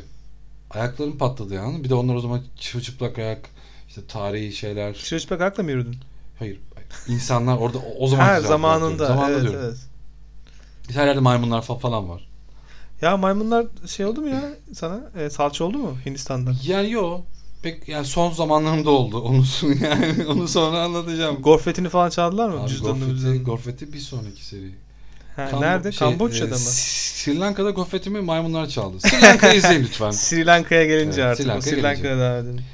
Speaker 2: ayakların patladı yani. Bir de onlar o zaman çı- çıplak ayak işte tarihi şeyler.
Speaker 1: Dışarı çıplak ayakla mı yürüdün?
Speaker 2: Hayır. İnsanlar orada o, o zaman
Speaker 1: Ha
Speaker 2: güzel diyorum.
Speaker 1: zamanında.
Speaker 2: Zamanında
Speaker 1: evet,
Speaker 2: diyorum.
Speaker 1: evet.
Speaker 2: Her yerde maymunlar fa- falan var.
Speaker 1: Ya maymunlar şey oldu mu ya sana? E, salça oldu mu Hindistan'da?
Speaker 2: Yani yo pek yani son zamanlarımda oldu onu son- yani onu sonra anlatacağım.
Speaker 1: Gorfetini falan çaldılar mı?
Speaker 2: Abi,
Speaker 1: Cüzdanını
Speaker 2: Gofret'i,
Speaker 1: cüzdanını.
Speaker 2: Gofret'i bir sonraki seri.
Speaker 1: Ha,
Speaker 2: Kam-
Speaker 1: nerede?
Speaker 2: şey,
Speaker 1: Kamboçya'da
Speaker 2: e,
Speaker 1: mı?
Speaker 2: Sri Lanka'da gofretimi maymunlar çaldı. Sri Lanka'yı izleyin lütfen.
Speaker 1: Sri Lanka'ya gelince
Speaker 2: Evet,
Speaker 1: artık.
Speaker 2: Sri
Speaker 1: Sri,
Speaker 2: Lanka'ya
Speaker 1: Sri
Speaker 2: gelince.
Speaker 1: Lanka'ya devam edelim.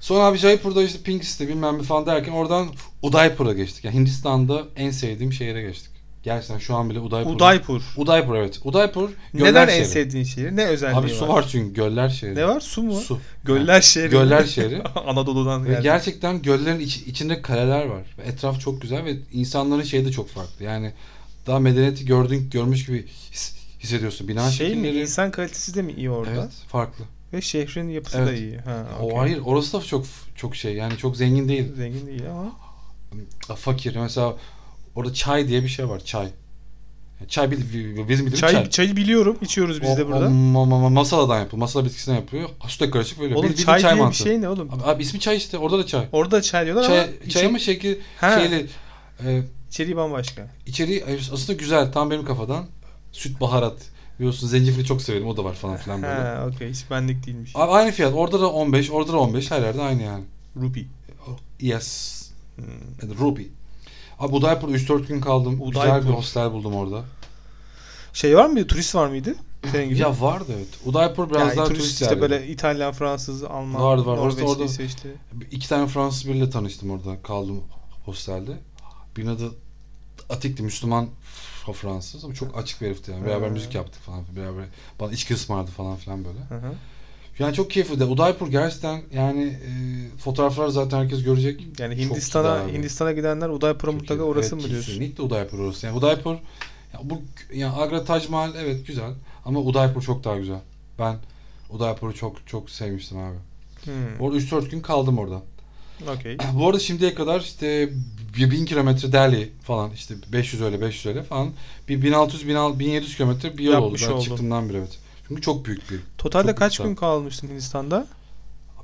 Speaker 2: Sonra abi Jaipur'da işte Pink City bilmem ne falan derken oradan Udaipur'a geçtik. Yani Hindistan'da en sevdiğim şehire geçtik. Gerçekten şu an bile Udaipur.
Speaker 1: Udaipur.
Speaker 2: Udaipur evet. Udaipur göller
Speaker 1: Neden en
Speaker 2: şehri.
Speaker 1: sevdiğin şehir? Ne özelliği
Speaker 2: Abi
Speaker 1: var?
Speaker 2: su var çünkü göller şehri.
Speaker 1: Ne var? Su mu?
Speaker 2: Su.
Speaker 1: Göller şehri.
Speaker 2: Göller şehri.
Speaker 1: Anadolu'dan
Speaker 2: Ve
Speaker 1: geldi.
Speaker 2: gerçekten göllerin iç- içinde kaleler var. Ve Etraf çok güzel ve insanların şeyi de çok farklı. Yani daha medeniyeti gördün görmüş gibi his- hissediyorsun. Bina
Speaker 1: şey mi?
Speaker 2: şekilleri
Speaker 1: İnsan kalitesi de mi iyi orada?
Speaker 2: evet, farklı.
Speaker 1: Ve şehrin yapısı da
Speaker 2: Evet.
Speaker 1: iyi. Ha,
Speaker 2: O
Speaker 1: okey.
Speaker 2: hayır orası da çok çok şey. Yani çok zengin değil.
Speaker 1: Zengin değil ama.
Speaker 2: Fakir mesela orada çay diye bir şey var. Çay. Çay bil, bil- bizim bildiğimiz
Speaker 1: Çay,
Speaker 2: çay.
Speaker 1: çayı biliyorum. içiyoruz biz
Speaker 2: O-
Speaker 1: de
Speaker 2: o
Speaker 1: burada.
Speaker 2: ma- ma- masaladan yapıyor. Masala bitkisinden yapıyor. Sütle karışık böyle.
Speaker 1: oğlum
Speaker 2: Bildiğin
Speaker 1: çay, diye
Speaker 2: mantığı.
Speaker 1: bir şey ne oğlum?
Speaker 2: Abi, abi ismi çay işte. Orada da çay.
Speaker 1: Orada çay diyorlar
Speaker 2: Çay,
Speaker 1: ama
Speaker 2: çay
Speaker 1: içi-
Speaker 2: ama şekil
Speaker 1: Ha.
Speaker 2: şeyli e,
Speaker 1: içeriği bambaşka.
Speaker 2: İçeriği aslında güzel. Tam benim kafadan. Süt baharat. Biliyorsun zencefili çok severim. O da var falan filan böyle.
Speaker 1: Ha, okey. Hiç benlik değilmiş.
Speaker 2: Abi aynı fiyat. Orada da 15, orada da 15. Her yerde aynı yani.
Speaker 1: Ruby.
Speaker 2: Yes.
Speaker 1: Hmm.
Speaker 2: And ruby. Abi Udaipur'da 3-4 gün kaldım. Güzel
Speaker 1: Udaipur.
Speaker 2: bir hostel buldum orada.
Speaker 1: Şey var mıydı? Turist var mıydı? Senin gibi.
Speaker 2: Ya vardı evet. Udaipur biraz
Speaker 1: Yani
Speaker 2: daha
Speaker 1: turist,
Speaker 2: turist,
Speaker 1: işte
Speaker 2: yerleri.
Speaker 1: böyle İtalyan, Fransız, Alman,
Speaker 2: Vardı, var. Orası
Speaker 1: Norveçli,
Speaker 2: orada-
Speaker 1: İsveçli.
Speaker 2: İki tane Fransız biriyle tanıştım orada. Kaldım hostelde. Birinin adı Atik'ti. Müslüman F- Fransız ama çok açık bir herifti yani. Beraber
Speaker 1: Ha.
Speaker 2: müzik yaptık falan. Beraber bana içki ısmarladı falan filan böyle.
Speaker 1: Hı hı.
Speaker 2: Yani çok keyifli de Udaipur gerçekten yani e, fotoğraflar zaten herkes görecek.
Speaker 1: Yani
Speaker 2: Çok
Speaker 1: Hindistan'a
Speaker 2: güzel abi.
Speaker 1: Hindistan'a gidenler Udaipur'a
Speaker 2: Çok
Speaker 1: mutlaka
Speaker 2: iyi.
Speaker 1: orası
Speaker 2: Evet,
Speaker 1: mı diyorsun?
Speaker 2: Kesinlikle Udaipur orası. Yani Udaipur ya bu yani Agra Taj Mahal evet güzel ama Udaipur çok daha güzel. Ben Udaipur'u çok çok sevmiştim abi.
Speaker 1: Hmm,
Speaker 2: Orada 3-4 gün kaldım orada.
Speaker 1: Okey.
Speaker 2: Bu arada şimdiye kadar işte bir 1000 kilometre Delhi falan işte 500 öyle 500 öyle falan bir 1600 1600, 1700 kilometre bir yol
Speaker 1: Yapmış
Speaker 2: oldu. Ben
Speaker 1: oldum.
Speaker 2: çıktığımdan beri evet. Çünkü çok büyük bir.
Speaker 1: Totalde
Speaker 2: Çok
Speaker 1: kaç
Speaker 2: güzel.
Speaker 1: gün kalmıştın Hindistan'da?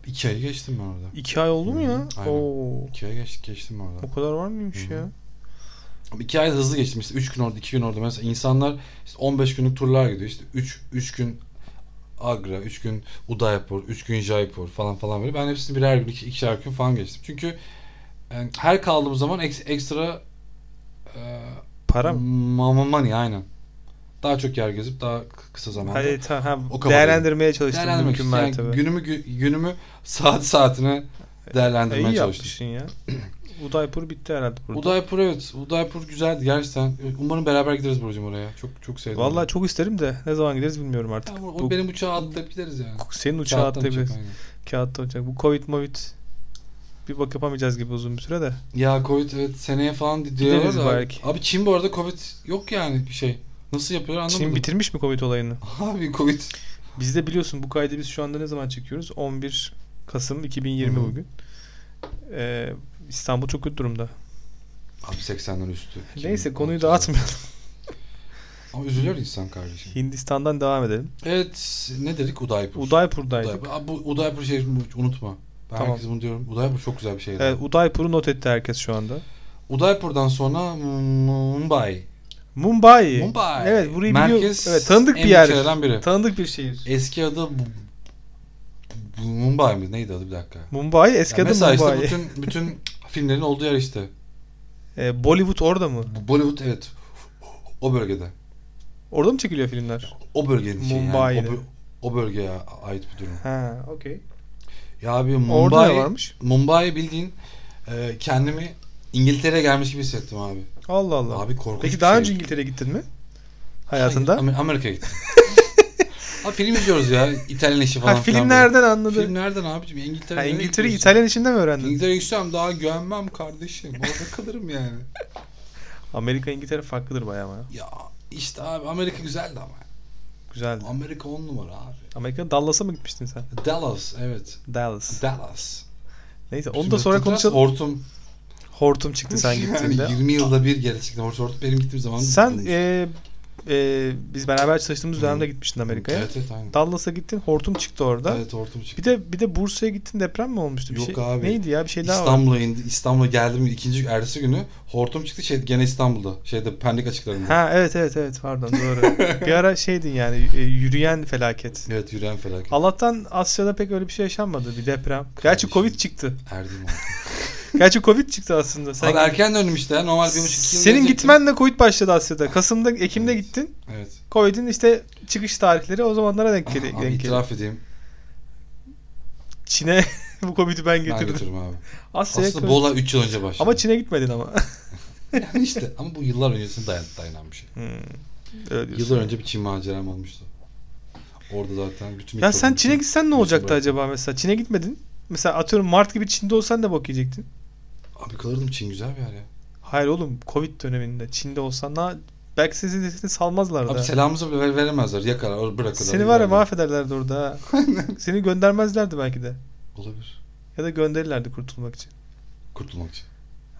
Speaker 2: 2 ay geçtim ben orada.
Speaker 1: 2 ay oldu mu ya?
Speaker 2: Hmm, Aynen. Hmm.
Speaker 1: Oo.
Speaker 2: 2 ay geç, geçtim orada.
Speaker 1: O kadar var mıymış
Speaker 2: Hı hı.
Speaker 1: ya?
Speaker 2: Ama iki ay hızlı geçtim işte 3 gün orada 2 gün orada mesela insanlar işte 15 günlük turlar gidiyor işte 3 3 gün Agra, 3 gün Udaipur, 3 gün Jaipur falan falan böyle. Ben hepsini birer gün, iki, ikişer gün falan geçtim. Çünkü yani her kaldığım zaman eks- ekstra e,
Speaker 1: Para mı?
Speaker 2: Mama money aynen. Daha çok yer gezip daha kı- kısa zamanda.
Speaker 1: Hayır tamam.
Speaker 2: O
Speaker 1: Ha,
Speaker 2: kafadayım.
Speaker 1: değerlendirmeye çalıştım
Speaker 2: Değerlendirmek
Speaker 1: mümkün
Speaker 2: istedim. Yani
Speaker 1: mertebe.
Speaker 2: günümü gü- günümü saat saatine
Speaker 1: E,
Speaker 2: değerlendirmeye
Speaker 1: iyi
Speaker 2: çalıştım.
Speaker 1: yapmışsın ya. Udaipur bitti herhalde burada.
Speaker 2: Udaipur evet. Udaipur güzeldi gerçekten. Umarım beraber gideriz Burcu'm oraya. Çok çok sevdim.
Speaker 1: Vallahi çok isterim de ne zaman gideriz bilmiyorum artık.
Speaker 2: Ya, o- o
Speaker 1: Bu,
Speaker 2: benim uçağa atlayıp gideriz yani.
Speaker 1: senin uçağa
Speaker 2: Kağıttan uçak,
Speaker 1: atlayabiliriz.
Speaker 2: aynen.
Speaker 1: Kağıtta uçak. Bu Covid Movid bir bak yapamayacağız gibi uzun bir süre de.
Speaker 2: Ya Covid evet seneye falan diyorlar
Speaker 1: Gideriz
Speaker 2: da.
Speaker 1: belki.
Speaker 2: Abi Çin bu arada Covid yok yani bir şey. Nasıl yapıyor anlamadım.
Speaker 1: Çin bitirmiş mi Covid olayını?
Speaker 2: Abi Covid.
Speaker 1: Bizde biliyorsun bu kaydı biz şu anda ne zaman çekiyoruz? 11 Kasım 2020
Speaker 2: Hı hı.
Speaker 1: bugün. Ee, İstanbul çok kötü durumda.
Speaker 2: Abi 80'den üstü.
Speaker 1: Neyse konuyu
Speaker 2: 2030'a.
Speaker 1: dağıtmayalım.
Speaker 2: Ama üzülür insan kardeşim.
Speaker 1: Hindistan'dan devam edelim.
Speaker 2: Evet ne dedik Udaipur.
Speaker 1: Udaipur'daydık.
Speaker 2: Udaipur. Abi, bu Udaipur şehrini unutma. Ben
Speaker 1: Tamam.
Speaker 2: herkese bunu diyorum. Udaipur çok güzel bir şehir.
Speaker 1: Evet, Ee, Udaipur'u not etti herkes şu anda.
Speaker 2: Udaipur'dan sonra Mumbai.
Speaker 1: Mumbai.
Speaker 2: Mumbai.
Speaker 1: Evet burayı
Speaker 2: Merkez
Speaker 1: biliyoruz. Evet, tanıdık bir
Speaker 2: en
Speaker 1: yer.
Speaker 2: büyük şehirlerden biri.
Speaker 1: Tanıdık bir şehir.
Speaker 2: Eski adı bu, bu Mumbai mi? Neydi adı bir dakika. Ya
Speaker 1: Mumbai eski adı
Speaker 2: mesela
Speaker 1: Mumbai.
Speaker 2: işte bütün bütün filmlerin olduğu yer işte.
Speaker 1: Ee, Bollywood orada mı?
Speaker 2: Bu Bollywood evet. O bölgede.
Speaker 1: Orada mı çekiliyor filmler?
Speaker 2: O bölgenin şeyi yani.
Speaker 1: Mumbai'de.
Speaker 2: O, bö- o bölgeye ait bir durum.
Speaker 1: Ha, okey.
Speaker 2: Ya abi Mumbai
Speaker 1: Orada ne varmış?
Speaker 2: Mumbai bildiğin e, kendimi İngiltere'ye gelmiş gibi hissettim abi.
Speaker 1: Allah Allah.
Speaker 2: Abi korkunç
Speaker 1: Peki
Speaker 2: bir
Speaker 1: daha
Speaker 2: şey.
Speaker 1: önce İngiltere'ye gittin mi? Hayatında?
Speaker 2: Hayır, Amer- Amerika'ya gittim. abi film izliyoruz ya. İtalyan işi falan.
Speaker 1: ha
Speaker 2: filan
Speaker 1: filmlerden
Speaker 2: böyle.
Speaker 1: anladım.
Speaker 2: Filmlerden abicim. İngiltere.
Speaker 1: ha, İngiltere İtalyan içinde mi öğrendin?
Speaker 2: İngiltere gitsem daha güvenmem kardeşim. Orada kalırım yani.
Speaker 1: Amerika İngiltere farklıdır bayağı ama. ya.
Speaker 2: Ya işte abi Amerika güzeldi ama.
Speaker 1: Güzeldi.
Speaker 2: Amerika on numara abi.
Speaker 1: Amerika'da Dallas'a mı gitmiştin sen?
Speaker 2: Dallas evet.
Speaker 1: Dallas.
Speaker 2: Dallas.
Speaker 1: Neyse onu
Speaker 2: Bizim
Speaker 1: da sonra
Speaker 2: Dallas,
Speaker 1: konuşalım.
Speaker 2: Hortum.
Speaker 1: Hortum çıktı sen gittiğinde.
Speaker 2: Şey, Yani 20 yılda bir kere çıktım. Hortum benim gittiğim zaman.
Speaker 1: sen
Speaker 2: bulmuş.
Speaker 1: e, e, biz beraber çalıştığımız
Speaker 2: Hı.
Speaker 1: dönemde gitmiştin Amerika'ya.
Speaker 2: Evet evet aynen.
Speaker 1: Dallas'a gittin, hortum çıktı orada.
Speaker 2: Evet hortum çıktı.
Speaker 1: Bir de bir de Bursa'ya gittin deprem mi olmuştu bir
Speaker 2: Yok
Speaker 1: şey?
Speaker 2: abi.
Speaker 1: Neydi ya bir şey daha var.
Speaker 2: İstanbul'a indi. İstanbul'a geldim ikinci gün- ertesi günü hortum çıktı şey gene İstanbul'da. Şeyde pendik açıklarında.
Speaker 1: Ha evet evet evet pardon doğru. bir ara şeydin yani e, yürüyen felaket.
Speaker 2: Evet yürüyen felaket.
Speaker 1: Allah'tan Asya'da pek öyle bir şey yaşanmadı bir deprem. Gerçi
Speaker 2: Kardeşim.
Speaker 1: Covid çıktı.
Speaker 2: Erdim abi.
Speaker 1: Gerçi Covid çıktı aslında. Sen
Speaker 2: abi erken döndüm işte. ya. Normal bir buçuk iki yıl
Speaker 1: Senin
Speaker 2: gelecektim.
Speaker 1: gitmenle Covid başladı Asya'da. Kasım'da, Ekim'de gittin.
Speaker 2: Evet.
Speaker 1: Covid'in işte çıkış tarihleri o zamanlara denk gele-
Speaker 2: Abi
Speaker 1: denk geliyor.
Speaker 2: itiraf edeyim.
Speaker 1: Çin'e bu Covid'i ben
Speaker 2: Ben
Speaker 1: getirdim.
Speaker 2: götürüm abi.
Speaker 1: Asya'ya
Speaker 2: Aslında
Speaker 1: Covid-
Speaker 2: Bola 3 yıl önce başladı.
Speaker 1: Ama Çin'e gitmedin ama.
Speaker 2: Yani işte ama bu yıllar öncesinde dayan, dayanan bir şey.
Speaker 1: Hmm, öyle diyorsun.
Speaker 2: Yıllar önce bir Çin maceram olmuştu. Orada zaten bütün
Speaker 1: Ya sen
Speaker 2: mikrobun-
Speaker 1: Çin'e gitsen ne
Speaker 2: bütün
Speaker 1: olacaktı
Speaker 2: bırak-
Speaker 1: acaba mesela? Çin'e gitmedin. Mesela atıyorum Mart gibi Çin'de olsan da bok yiyecektin.
Speaker 2: Abi kalırdım Çin güzel bir yer ya.
Speaker 1: Hayır oğlum Covid döneminde Çin'de olsan daha belki seni seni salmazlardı.
Speaker 2: Abi
Speaker 1: ha.
Speaker 2: selamımızı bile ver- veremezler. Yakarlar, or- bırakırlar.
Speaker 1: Seni var ya
Speaker 2: ileride.
Speaker 1: mahvederlerdi orada. ha. seni göndermezlerdi belki de.
Speaker 2: Olabilir.
Speaker 1: Ya da gönderirlerdi kurtulmak için.
Speaker 2: Kurtulmak için.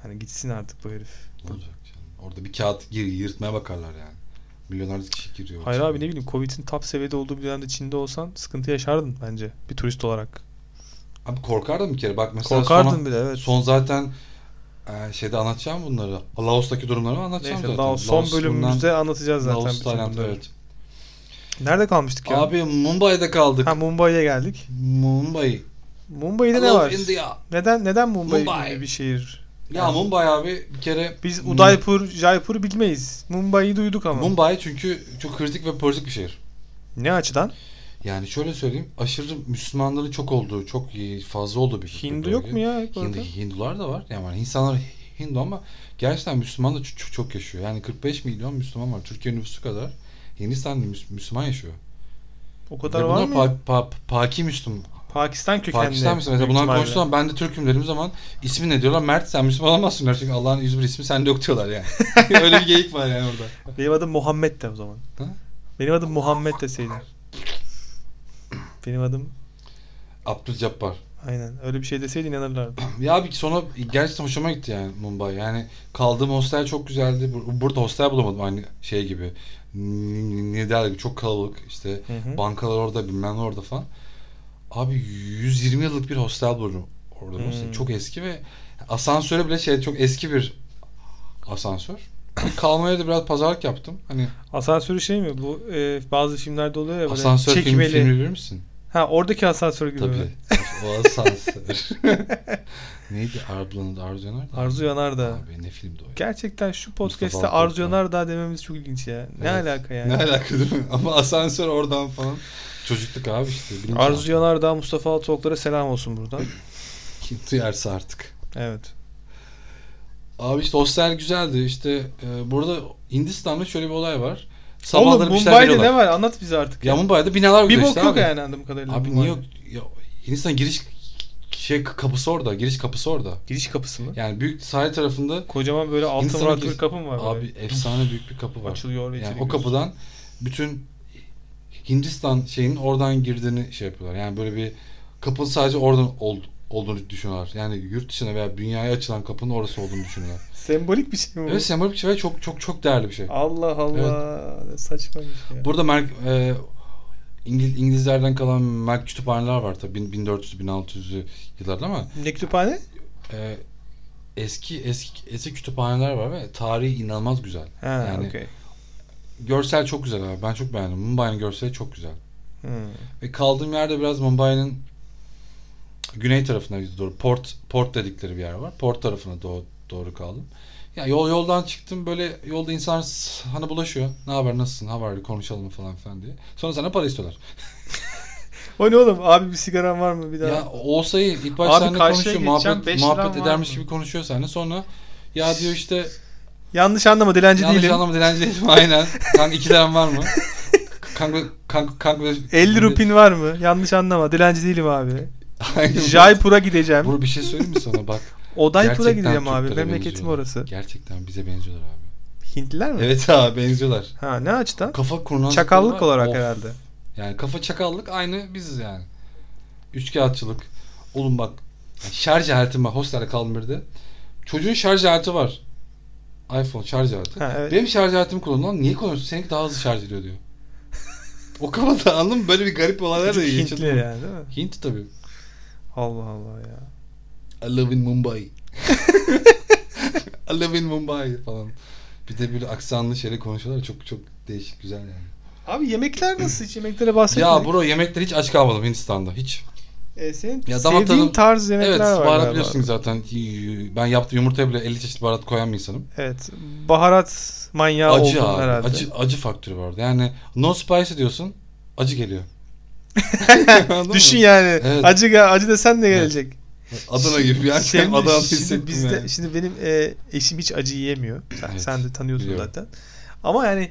Speaker 1: Hani gitsin artık bu herif.
Speaker 2: Ne olacak canım? Orada bir kağıt gir, yırtmaya bakarlar yani. Milyonlarca kişi giriyor.
Speaker 1: Hayır
Speaker 2: içeri.
Speaker 1: abi ne bileyim Covid'in top seviyede olduğu bir dönemde Çin'de olsan sıkıntı yaşardın bence bir turist olarak.
Speaker 2: Abi korkardım bir kere. Bak mesela
Speaker 1: Korkardın
Speaker 2: son,
Speaker 1: bir de evet.
Speaker 2: son zaten e, şeyde anlatacağım bunları. Laos'taki durumları anlatacağım
Speaker 1: Neyse
Speaker 2: zaten.
Speaker 1: daha son
Speaker 2: Laos
Speaker 1: bölümümüzde anlatacağız
Speaker 2: bundan-
Speaker 1: zaten.
Speaker 2: Laos,
Speaker 1: bütün
Speaker 2: Tayland,
Speaker 1: bunları.
Speaker 2: evet.
Speaker 1: Nerede kalmıştık ya?
Speaker 2: Abi Mumbai'de kaldık.
Speaker 1: Ha Mumbai'ye geldik.
Speaker 2: Mumbai.
Speaker 1: Mumbai'de ne
Speaker 2: Hello
Speaker 1: var?
Speaker 2: India.
Speaker 1: Neden neden Mumbai,
Speaker 2: Mumbai.
Speaker 1: gibi bir şehir?
Speaker 2: Ya Mumbai abi bir kere
Speaker 1: Biz
Speaker 2: Mum-
Speaker 1: Udaipur, Jaipur'u bilmeyiz. Mumbai'yi duyduk ama.
Speaker 2: Mumbai çünkü çok kritik ve politik bir şehir.
Speaker 1: Ne açıdan?
Speaker 2: Yani şöyle söyleyeyim, aşırı Müslümanların çok olduğu, çok e, fazla olduğu bir bir
Speaker 1: Hindu yok
Speaker 2: bölge.
Speaker 1: mu ya hep orada?
Speaker 2: Hindu, Hindular da var. Yani insanlar Hindu ama gerçekten Müslüman da çok, çok- çok yaşıyor. Yani 45 milyon Müslüman var. Türkiye nüfusu kadar. Hindistan'da Müs- Müslüman yaşıyor.
Speaker 1: O kadar
Speaker 2: Ve
Speaker 1: var
Speaker 2: bunlar
Speaker 1: mı?
Speaker 2: Pa, pa, Paki Müslüman.
Speaker 1: Pakistan kökenli.
Speaker 2: Pakistan Müslüman.
Speaker 1: büyük
Speaker 2: Mesela bunlar
Speaker 1: ihtimalle.
Speaker 2: konuştuğum ben de Türk'üm dediğim zaman ismi ne diyorlar? Mert sen Müslüman olamazsın diyorlar. Çünkü Allah'ın 101 ismi sende yok diyorlar yani. Öyle bir geyik var yani orada.
Speaker 1: Benim adım Muhammed de o zaman.
Speaker 2: Ha?
Speaker 1: Benim adım Muhammed deseydin. Benim adım
Speaker 2: Abdülcabbar.
Speaker 1: aynen öyle bir şey deseydin inanırlardı.
Speaker 2: Ya abi sonu gerçekten hoşuma gitti yani Mumbai. Yani kaldığım hostel çok güzeldi. Bur- Burada hostel bulamadım aynı şey gibi. N- Ne derler ki, çok kalabalık işte
Speaker 1: Hı hı.
Speaker 2: bankalar orada bilmem ne orada falan. Abi 120 yıllık bir hostel buldum orada.
Speaker 1: Hmm.
Speaker 2: Hostel. Çok eski ve asansöre bile şey çok eski bir asansör. Kalmaya da biraz pazarlık yaptım. Hani
Speaker 1: Asansörü şey mi bu e, bazı filmlerde oluyor ya böyle
Speaker 2: asansör filmi-
Speaker 1: çekmeli.
Speaker 2: filmi bilir misin?
Speaker 1: Ha oradaki asansör gibi.
Speaker 2: Tabii.
Speaker 1: mi?
Speaker 2: o asansör. Neydi Arzu'nun Arzu Yanar?
Speaker 1: Arzu Yanar da.
Speaker 2: Abi ne filmdi o ya?
Speaker 1: Gerçekten şu podcast'te
Speaker 2: Altıoktan.
Speaker 1: Arzu Yanar daha dememiz çok ilginç ya. Ne
Speaker 2: Evet.
Speaker 1: alaka yani?
Speaker 2: Ne alaka değil mi? Ama asansör oradan falan. Çocukluk abi işte. bilinç
Speaker 1: Arzu Yanar daha Mustafa Altoklara selam olsun buradan.
Speaker 2: altı. Kim duyarsa artık.
Speaker 1: evet.
Speaker 2: Abi işte hostel güzeldi. İşte e, burada Hindistan'da şöyle bir olay var.
Speaker 1: Oğlum
Speaker 2: Sabahları bir şeyler
Speaker 1: Mumbai'de
Speaker 2: veriyorlar.
Speaker 1: ne var? Anlat bize artık.
Speaker 2: Ya Mumbai'de binalar
Speaker 1: bir
Speaker 2: güzel
Speaker 1: bok
Speaker 2: işte
Speaker 1: yok
Speaker 2: abi.
Speaker 1: yani anladığım kadarıyla.
Speaker 2: Abi niye
Speaker 1: Mumbai'de.
Speaker 2: yok? Ya, Hindistan giriş şey kapısı orada. Giriş kapısı orada.
Speaker 1: Giriş kapısı mı?
Speaker 2: Yani büyük sahil tarafında
Speaker 1: Kocaman böyle altın
Speaker 2: Hindistan'a
Speaker 1: varatlı
Speaker 2: gir-
Speaker 1: bir kapı mı var?
Speaker 2: abi
Speaker 1: böyle?
Speaker 2: efsane büyük bir kapı var.
Speaker 1: açılıyor ve
Speaker 2: Yani
Speaker 1: içeri
Speaker 2: o kapıdan bütün Hindistan şeyinin oradan girdiğini şey yapıyorlar. Yani böyle bir kapı sadece oradan ol- olduğunu düşünüyorlar. Yani yurt dışına veya dünyaya açılan kapının orası olduğunu düşünüyorlar.
Speaker 1: Sembolik bir şey mi bu?
Speaker 2: Evet sembolik bir şey ve çok çok çok değerli bir şey.
Speaker 1: Allah Allah. Ne Saçma bir şey. ya.
Speaker 2: Burada mer- e, İngiliz, İngilizlerden kalan mer- kütüphaneler var tabii 1400-1600'lü yıllarda ama
Speaker 1: Ne kütüphane?
Speaker 2: e, eski eski eski kütüphaneler var ve tarihi inanılmaz güzel.
Speaker 1: Ha,
Speaker 2: Yani-
Speaker 1: okey.
Speaker 2: Görsel çok güzel abi. Ben çok beğendim. Mumbai'nin görseli çok güzel.
Speaker 1: Hmm.
Speaker 2: Ve kaldığım yerde biraz Mumbai'nin güney tarafına doğru port port dedikleri bir yer var. Port tarafına doğru, doğru kaldım. Ya yol yoldan çıktım böyle yolda insan sana bulaşıyor. Ne haber nasılsın? Haber konuşalım falan filan diye. Sonra sana para istiyorlar.
Speaker 1: O ne oğlum? Abi bir sigaran var mı bir daha?
Speaker 2: Ya olsa iyi. İlk başta
Speaker 1: Abi
Speaker 2: seninle
Speaker 1: karşıya
Speaker 2: konuşuyor.
Speaker 1: geçeceğim,
Speaker 2: Muhabbet,
Speaker 1: beş liram
Speaker 2: muhabbet
Speaker 1: var
Speaker 2: edermiş
Speaker 1: mı?
Speaker 2: gibi konuşuyor seninle. Sonra ya diyor işte
Speaker 1: Yanlış anlama dilenci
Speaker 2: yanlış
Speaker 1: değilim.
Speaker 2: anlama dilenci değilim. Aynen. Kanka iki liram var mı? Kanka kanka kanka
Speaker 1: 50 rupin var mı? Yanlış anlama dilenci değilim abi.
Speaker 2: Aynen.
Speaker 1: Jaipur'a gideceğim.
Speaker 2: Buru bir şey söyleyeyim mi sana bak.
Speaker 1: Odaipur'a
Speaker 2: Gerçekten
Speaker 1: gideceğim abi.
Speaker 2: Türklere
Speaker 1: Memleketim
Speaker 2: benziyorlar.
Speaker 1: orası.
Speaker 2: Gerçekten bize benziyorlar abi.
Speaker 1: Hintliler mi?
Speaker 2: şey. Evet abi benziyorlar.
Speaker 1: Ha ne açıdan?
Speaker 2: Kafa kurnazlıkları
Speaker 1: Çakallık
Speaker 2: var.
Speaker 1: olarak
Speaker 2: Of.
Speaker 1: herhalde.
Speaker 2: Yani kafa çakallık aynı biziz yani. Üçkağıtçılık. Oğlum bak şarj aletim var. Hostelde kaldım bir de. Çocuğun şarj aleti var. iPhone şarj aleti.
Speaker 1: Ha, evet.
Speaker 2: Benim şarj aletimi kullanıyor. Lan niye kullanıyorsun? Seninki daha hızlı şarj ediyor diyor. o kafada anladın mı? Böyle bir garip olaylar da
Speaker 1: Çocuk
Speaker 2: yaşadım.
Speaker 1: Hintli yani değil mi?
Speaker 2: Hint tabii.
Speaker 1: Allah Allah ya.
Speaker 2: I live in Mumbai. I live in Mumbai falan. Bir de böyle aksanlı şeyle konuşuyorlar. Çok çok değişik güzel yani.
Speaker 1: Abi yemekler nasıl? Hiç yemeklere bahsetmedik.
Speaker 2: Ya bro yemekte hiç aç kalmadım Hindistan'da hiç.
Speaker 1: E, senin
Speaker 2: Ya damak
Speaker 1: sevdiğin
Speaker 2: tadım-
Speaker 1: tarz yemekler
Speaker 2: evet
Speaker 1: var.
Speaker 2: baharat
Speaker 1: galiba.
Speaker 2: biliyorsun zaten. Ben yaptığım yumurtaya bile 50 çeşit baharat koyan bir insanım.
Speaker 1: Evet. Baharat manyağı
Speaker 2: acı
Speaker 1: oldun
Speaker 2: abi.
Speaker 1: herhalde.
Speaker 2: Acı, acı faktörü vardı. Yani no spicy diyorsun acı geliyor. Anladın mı?
Speaker 1: Düşün yani.
Speaker 2: Evet.
Speaker 1: Acı gel- acı desen de
Speaker 2: Evet.
Speaker 1: gelecek.
Speaker 2: Adana gibi yani.
Speaker 1: Şimdi,
Speaker 2: Adana
Speaker 1: şimdi
Speaker 2: hissettim
Speaker 1: bizde
Speaker 2: yani.
Speaker 1: şimdi benim e, eşim hiç acı yiyemiyor. Sen,
Speaker 2: Evet,
Speaker 1: sen de tanıyorsun
Speaker 2: biliyorum.
Speaker 1: zaten. Ama yani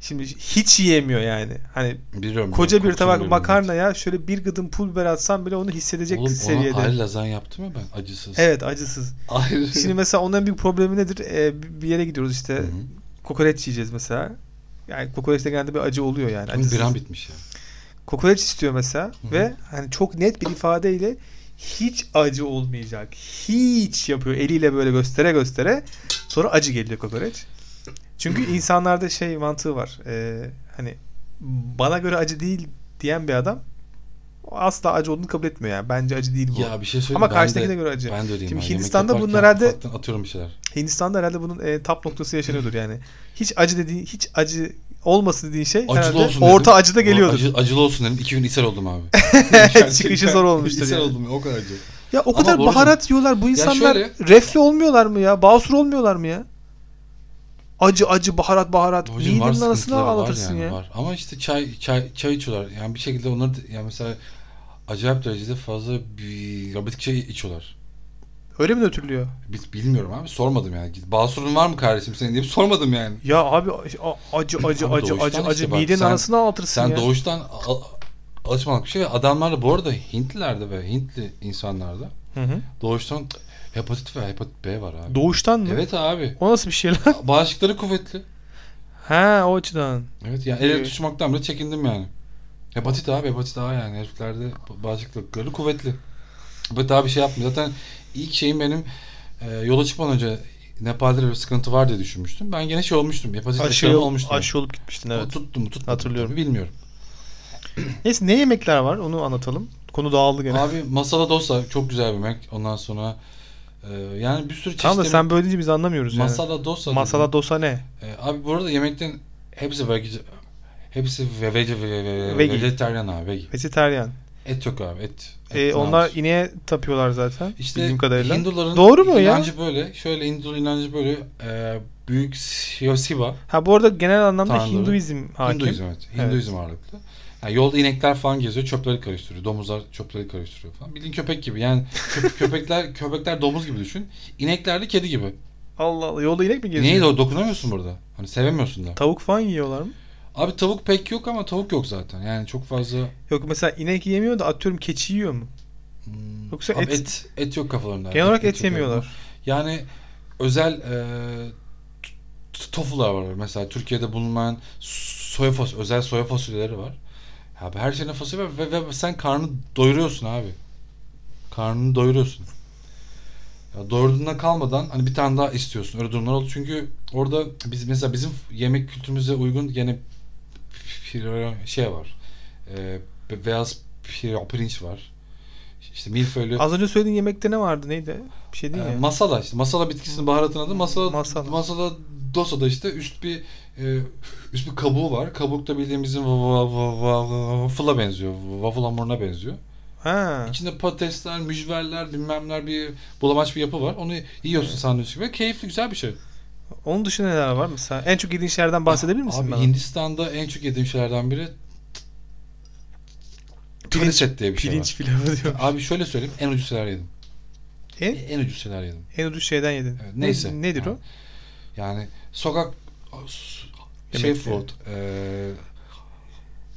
Speaker 1: şimdi hiç yiyemiyor yani. Hani
Speaker 2: Biliyorum,
Speaker 1: koca bir
Speaker 2: kokusunu
Speaker 1: tabak
Speaker 2: biliyorum.
Speaker 1: makarnaya şöyle bir gıdım pul biber atsam bile onu hissedecek
Speaker 2: Oğlum, ona
Speaker 1: seviyede.
Speaker 2: ayrı lazanya yaptım ya ben acısız.
Speaker 1: Evet acısız.
Speaker 2: Ayrı.
Speaker 1: Şimdi mesela onların bir problemi nedir? E, bir- bir yere gidiyoruz işte
Speaker 2: Hı hı.
Speaker 1: kokoreç yiyeceğiz mesela. Yani kokoreçte genelde bir acı oluyor yani.
Speaker 2: Bunun
Speaker 1: Acısız.
Speaker 2: bir an bitmiş ya.
Speaker 1: kokoreç istiyor mesela
Speaker 2: hı.
Speaker 1: ve hani çok net bir ifadeyle hiç acı olmayacak. Hiç yapıyor eliyle böyle göstere göstere. Sonra acı geliyor kokoreç. Çünkü insanlarda şey mantığı var. Ee, hani bana göre acı değil diyen bir adam asla acı olduğunu kabul etmiyor yani. Bence acı değil bu.
Speaker 2: Ya bir şey söyleyeyim.
Speaker 1: Ama
Speaker 2: ben
Speaker 1: karşıdakine
Speaker 2: de-
Speaker 1: göre acı.
Speaker 2: Ben de öyleyim.
Speaker 1: Şimdi
Speaker 2: ha. Yemek
Speaker 1: Hindistan'da
Speaker 2: yaparken
Speaker 1: bunlar herhalde-
Speaker 2: ufaktan atıyorum bir şeyler.
Speaker 1: Hindistan'da herhalde bunun e, tap noktası yaşanıyordur yani. Hiç acı dediğin, hiç acı olmasın dediğin şey
Speaker 2: Acılı
Speaker 1: herhalde
Speaker 2: olsun dedim.
Speaker 1: orta acıda geliyordur.
Speaker 2: Acı- acılı olsun dedim. İki gün ishal oldum abi.
Speaker 1: Çıkışı zor olmuştur
Speaker 2: İshal
Speaker 1: yani.
Speaker 2: oldum ya, o kadar acı.
Speaker 1: Ya o
Speaker 2: Ama
Speaker 1: kadar
Speaker 2: doğru.
Speaker 1: baharat yiyorlar bu insanlar
Speaker 2: şöyle-
Speaker 1: refli olmuyorlar mı ya? Basur olmuyorlar mı ya? Acı acı baharat baharat.
Speaker 2: Hocam var
Speaker 1: Midenin arasına
Speaker 2: sıkıntıları var
Speaker 1: anlatırsın
Speaker 2: yani
Speaker 1: ya.
Speaker 2: var. Ama işte çay, çay, çay içiyorlar. Yani bir şekilde onları da- yani mesela acayip derecede fazla bir robotik çay içiyorlar.
Speaker 1: Öyle mi nötrlüyor?
Speaker 2: Biz bilmiyorum abi sormadım yani. Basurun var mı kardeşim senin deyip sormadım yani.
Speaker 1: Ya abi a- acı acı
Speaker 2: Abi
Speaker 1: acı
Speaker 2: doğuştan
Speaker 1: acı
Speaker 2: işte
Speaker 1: acı
Speaker 2: bak,
Speaker 1: midenin
Speaker 2: sen-
Speaker 1: arasına anlatırsın
Speaker 2: Sen
Speaker 1: ya.
Speaker 2: doğuştan a- a- alışmadık bir şey. Adamlar bu arada Hintlilerdi ve Hintli insanlarda
Speaker 1: Hı hı.
Speaker 2: doğuştan hepatit ve hepatit B var abi.
Speaker 1: Doğuştan mı?
Speaker 2: evet abi.
Speaker 1: O nasıl bir şey lan?
Speaker 2: Bağışıkları kuvvetli.
Speaker 1: ha o açıdan.
Speaker 2: Evet ya
Speaker 1: Evet.
Speaker 2: el tutuşmaktan bile çekindim yani. Hepatit abi hepatit A yani heriflerde bağışıklıkları kuvvetli. Ve daha bir şey yapmıyor. Zaten ilk şeyim benim e, yola çıkmadan önce Nepal'de bir sıkıntı var diye düşünmüştüm. Ben gene şey olmuştum. Hepatit aşı
Speaker 1: Aşı,
Speaker 2: olmuştum.
Speaker 1: aşı olup gitmiştin
Speaker 2: O
Speaker 1: evet.
Speaker 2: tuttu mu tutmadı mı
Speaker 1: Hatırlıyorum.
Speaker 2: tabii bilmiyorum.
Speaker 1: Neyse ne yemekler var onu anlatalım. Konu dağıldı gene.
Speaker 2: Abi masala dosa çok güzel bir yemek. Ondan sonra e, yani bir sürü
Speaker 1: tamam da
Speaker 2: çeşitli-
Speaker 1: sen böyle deyince biz anlamıyoruz yani.
Speaker 2: masala dosa.
Speaker 1: Masala dosa ne?
Speaker 2: E, abi bu arada yemekten hepsi vege hepsi ve vege ve ve
Speaker 1: Vegi.
Speaker 2: vegetarian abi. vegi.
Speaker 1: Vejetaryen.
Speaker 2: Et yok abi et.
Speaker 1: Ee,
Speaker 2: Et ne
Speaker 1: onlar
Speaker 2: yapsın?
Speaker 1: ineğe tapıyorlar zaten. bildiğim kadarıyla.
Speaker 2: Hinduların
Speaker 1: Doğru mu ya?
Speaker 2: inancı böyle. Şöyle Hindu inancı böyle e, büyük Shiva- Shiva.
Speaker 1: Ha bu arada genel anlamda
Speaker 2: Tanrıları.
Speaker 1: Hinduizm hakim.
Speaker 2: Hinduizm evet. Hinduizm ağırlıklı. Yani yolda inekler falan geziyor, çöpleri karıştırıyor. Domuzlar çöpleri karıştırıyor falan. Bildiğin köpek gibi. Yani köp- köpekler köpekler domuz gibi düşün. İnekler de kedi gibi.
Speaker 1: Allah Allah. Yolda inek mi geziyor?
Speaker 2: Neydi o? Dokunamıyorsun burada. Hani sevemiyorsun da.
Speaker 1: Tavuk falan yiyorlar mı?
Speaker 2: Abi tavuk pek yok ama tavuk yok zaten. Yani çok fazla
Speaker 1: Yok mesela inek yemiyor da atıyorum keçi yiyor mu?
Speaker 2: hmm,
Speaker 1: Yoksa
Speaker 2: abi
Speaker 1: et-
Speaker 2: et, et yok kafalarında.
Speaker 1: Genel olarak et
Speaker 2: yok.
Speaker 1: yemiyorlar.
Speaker 2: Yani özel e, t- t- tofular var. Mesela Türkiye'de bulunan soya fas özel soya fasulyeleri var. Abi her şeyine fasulye var ve, ve sen karnını doyuruyorsun abi. Karnını doyuruyorsun. Ya doyurduğunda kalmadan hani bir tane daha istiyorsun. Öyle durumlar oldu. Çünkü orada biz mesela bizim yemek kültürümüze uygun gene pir- şey var. E, be- beyaz pir- pirinç var. İşte milföylü
Speaker 1: Az önce söylediğin yemekte ne vardı? Neydi? Bir şey değil
Speaker 2: ee,
Speaker 1: mi?
Speaker 2: masala işte masala bitkisinin baharatının adı masala
Speaker 1: Masala.
Speaker 2: masala, dosada işte üst bir e, üst bir kabuğu var. Kabuk da bildiğimizin wa- wa- wa- wa- wa- waffle'a benziyor. Waffle hamuruna benziyor.
Speaker 1: ha.
Speaker 2: İçinde patatesler, mücverler, bilmemler bir bulamaç bir yapı var. Onu yiyorsun sandviç gibi. Keyifli güzel bir şey.
Speaker 1: Onun dışında neler var mesela? En çok yediğin şeylerden bahsedebilir misin
Speaker 2: Abi
Speaker 1: bana?
Speaker 2: Hindistan'da en çok yediğim şeylerden biri
Speaker 1: Pirinç-
Speaker 2: pirinç et diye bir şey
Speaker 1: Pirinç pilavı diyor.
Speaker 2: var. Abi şöyle söyleyeyim en ucuz şeyler yedim.
Speaker 1: En,
Speaker 2: En ucuz şeyler yedim.
Speaker 1: en ucuz şeyden yedin.
Speaker 2: Evet, neyse.
Speaker 1: Ne- nedir o?
Speaker 2: Ha. Yani sokak şey
Speaker 1: Yemekleri.
Speaker 2: food eee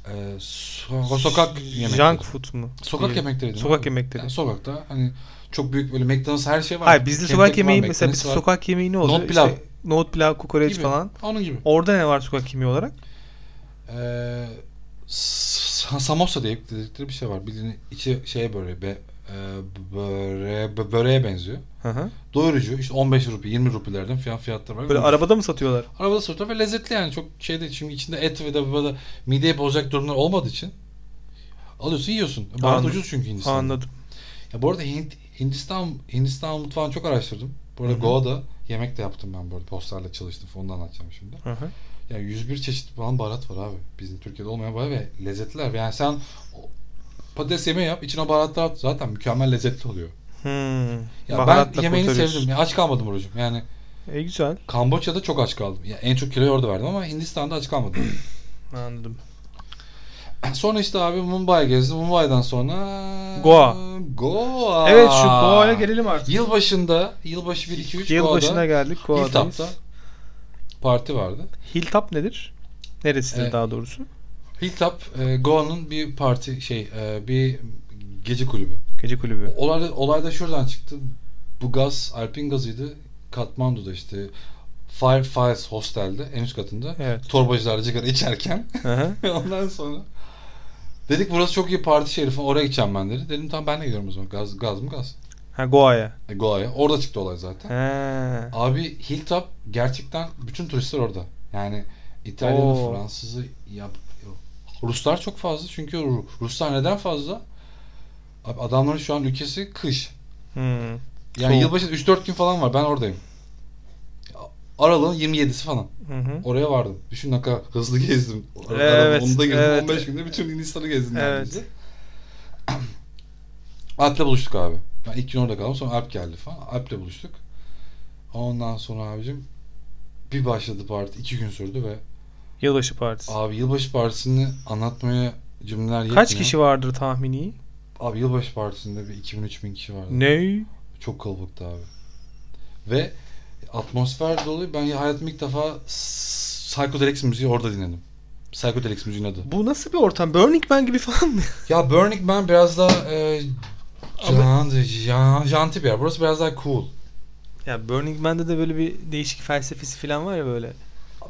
Speaker 2: eee, so- sokak yemekleri.
Speaker 1: Junk food mu?
Speaker 2: Sokak
Speaker 1: Değil.
Speaker 2: yemekleri. değil mi
Speaker 1: Sokak
Speaker 2: abi?
Speaker 1: yemekleri.
Speaker 2: Yani sokakta hani çok büyük böyle McDonald's her şey var.
Speaker 1: Hayır bizde
Speaker 2: Kentucky
Speaker 1: sokak
Speaker 2: var,
Speaker 1: yemeği mesela
Speaker 2: McDonald's
Speaker 1: bizde
Speaker 2: var.
Speaker 1: sokak yemeği ne oluyor?
Speaker 2: Nohut pilav.
Speaker 1: İşte nohut pilav, kokoreç
Speaker 2: Gibi.
Speaker 1: falan.
Speaker 2: Onun gibi.
Speaker 1: Orada ne var sokak yemeği olarak?
Speaker 2: Eee s- samosa diye dedikleri bir şey var. Bildiğin içi şeye böyle be, eee, böre, bö- böreğe benziyor.
Speaker 1: Hı hı.
Speaker 2: Doyurucu. işte 15 rupi, 20 rupilerden fiyan fiyatları var.
Speaker 1: Böyle arabada mı satıyorlar?
Speaker 2: Arabada sürtüyor ve lezzetli yani çok şey değil. Şimdi içinde et ve de böyle mideye bozacak durumlar olmadığı için alıyorsun yiyorsun. Baharat
Speaker 1: Anladım.
Speaker 2: ucuz çünkü Hindistan'da.
Speaker 1: Anladım.
Speaker 2: Ya bu arada Hint, Hindistan Hindistan mutfağını çok araştırdım. Bu arada
Speaker 1: Hı hı.
Speaker 2: Goa'da yemek de yaptım ben bu arada. Postlarla çalıştım. Ondan anlatacağım şimdi.
Speaker 1: Hı hı.
Speaker 2: Ya 101 çeşit falan baharat var abi. Bizim Türkiye'de olmayan baharat ve lezzetliler. Yani sen o patates yemeği yap. içine baharatlar at. Zaten mükemmel lezzetli oluyor.
Speaker 1: Hmm.
Speaker 2: Ya
Speaker 1: Baharatla
Speaker 2: ben yemeğini
Speaker 1: kurtarıyorsun.
Speaker 2: sevdim. Ya aç kalmadım Buracığım. Yani
Speaker 1: E güzel.
Speaker 2: Kamboçya'da çok aç kaldım. Ya en çok kiloyu orada verdim ama Hindistan'da aç kalmadım.
Speaker 1: Anladım.
Speaker 2: Sonra işte abi Mumbai gezdim. Mumbai'den sonra
Speaker 1: Goa.
Speaker 2: Goa.
Speaker 1: Evet şu Goa'ya gelelim artık.
Speaker 2: Yılbaşında, yılbaşı 1 2 3
Speaker 1: Yıl başına
Speaker 2: Goa'da
Speaker 1: geldik Goa'dayız.
Speaker 2: Hilltop'ta parti vardı.
Speaker 1: Hilltop nedir? Neresidir
Speaker 2: Evet.
Speaker 1: daha doğrusu?
Speaker 2: Hilltop e, Goa'nın bir parti şey e, bir gece kulübü.
Speaker 1: Gece kulübü.
Speaker 2: Olay da, olay da şuradan çıktı. Bu gaz Alpin gazıydı. Katmandu'da işte Fireflies Hostel'de en üst katında
Speaker 1: Evet.
Speaker 2: torbacılar sigara içerken
Speaker 1: Hı hı.
Speaker 2: Ondan sonra dedik burası çok iyi parti şehri falan oraya gideceğim ben dedi. Dedim tamam ben de gidiyorum o zaman. Gaz, gaz mı gaz?
Speaker 1: Ha Goa'ya.
Speaker 2: E, Goa'ya. Orada çıktı olay zaten.
Speaker 1: He.
Speaker 2: Abi Hilltop gerçekten bütün turistler orada. Yani İtalyanı,
Speaker 1: Oo.
Speaker 2: Fransızı, ya, Ruslar çok fazla. Çünkü Ru- Ruslar neden fazla? Abi adamların şu an ülkesi kış.
Speaker 1: Hmm.
Speaker 2: Yani
Speaker 1: Soğuk.
Speaker 2: yılbaşı 3-4 gün falan var. Ben oradayım. Aralığın 27'si falan.
Speaker 1: Hı hı.
Speaker 2: Oraya vardım. Düşün ne kadar hızlı gezdim. Arada
Speaker 1: Evet,
Speaker 2: Onda girdim.
Speaker 1: evet.
Speaker 2: 15 günde bütün Hindistan'ı gezdim
Speaker 1: Evet.
Speaker 2: neredeyse. Alp'le buluştuk abi. Ben ilk gün orada kaldım. Sonra Alp geldi falan. Alp'le buluştuk. Ondan sonra abicim bir başladı parti. iki gün sürdü ve
Speaker 1: Yılbaşı partisi.
Speaker 2: abi yılbaşı partisini anlatmaya cümleler yetmiyor.
Speaker 1: Kaç kişi vardır tahmini?
Speaker 2: Abi yılbaşı partisinde bir 2000-3000 kişi vardı.
Speaker 1: Ne?
Speaker 2: Çok kalabalıktı abi. Ve atmosfer dolayı ben hayatımda ilk defa Psychedelics müziği orada dinledim. Psychedelics müziğin adı.
Speaker 1: Bu nasıl bir ortam? Burning Man gibi falan mı?
Speaker 2: Ya Burning Man biraz daha e, can, can, janti bir yer. Burası biraz daha cool.
Speaker 1: ya Burning Man'de de böyle bir değişik felsefesi falan var ya böyle.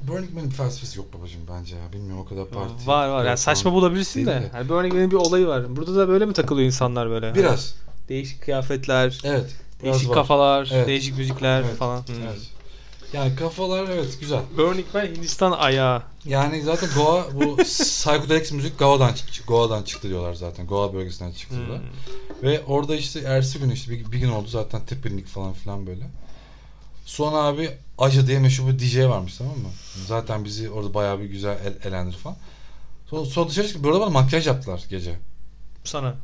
Speaker 2: Burning Man'in felsefesi yok babacığım bence ya. Bilmiyorum o kadar parti.
Speaker 1: var var. Yani saçma bulabilirsin
Speaker 2: Değil
Speaker 1: de.
Speaker 2: mi?
Speaker 1: Yani Burning Man'in bir olayı var. Burada da böyle mi takılıyor insanlar böyle? Hani
Speaker 2: Biraz.
Speaker 1: Değişik kıyafetler,
Speaker 2: Evet. biraz
Speaker 1: değişik
Speaker 2: var.
Speaker 1: kafalar,
Speaker 2: Evet.
Speaker 1: değişik müzikler
Speaker 2: Evet,
Speaker 1: falan. Hmm.
Speaker 2: Evet. Yani kafalar evet güzel.
Speaker 1: Burning Man Hindistan ayağı.
Speaker 2: Yani zaten Goa bu psychedelics müzik Goa'dan çıktı. Goa'dan çıktı diyorlar zaten. Goa bölgesinden çıktı
Speaker 1: Hmm.
Speaker 2: diyorlar. Ve orada işte ertesi gün işte bir, bir gün oldu zaten tipinlik falan filan böyle. Sonra abi Aja diye meşhur bir DJ varmış tamam mı? Zaten bizi orada bayağı bir güzel el, elendir falan. Sonra, sonra dışarı çıktık. Burada bana makyaj yaptılar gece.
Speaker 1: Sana.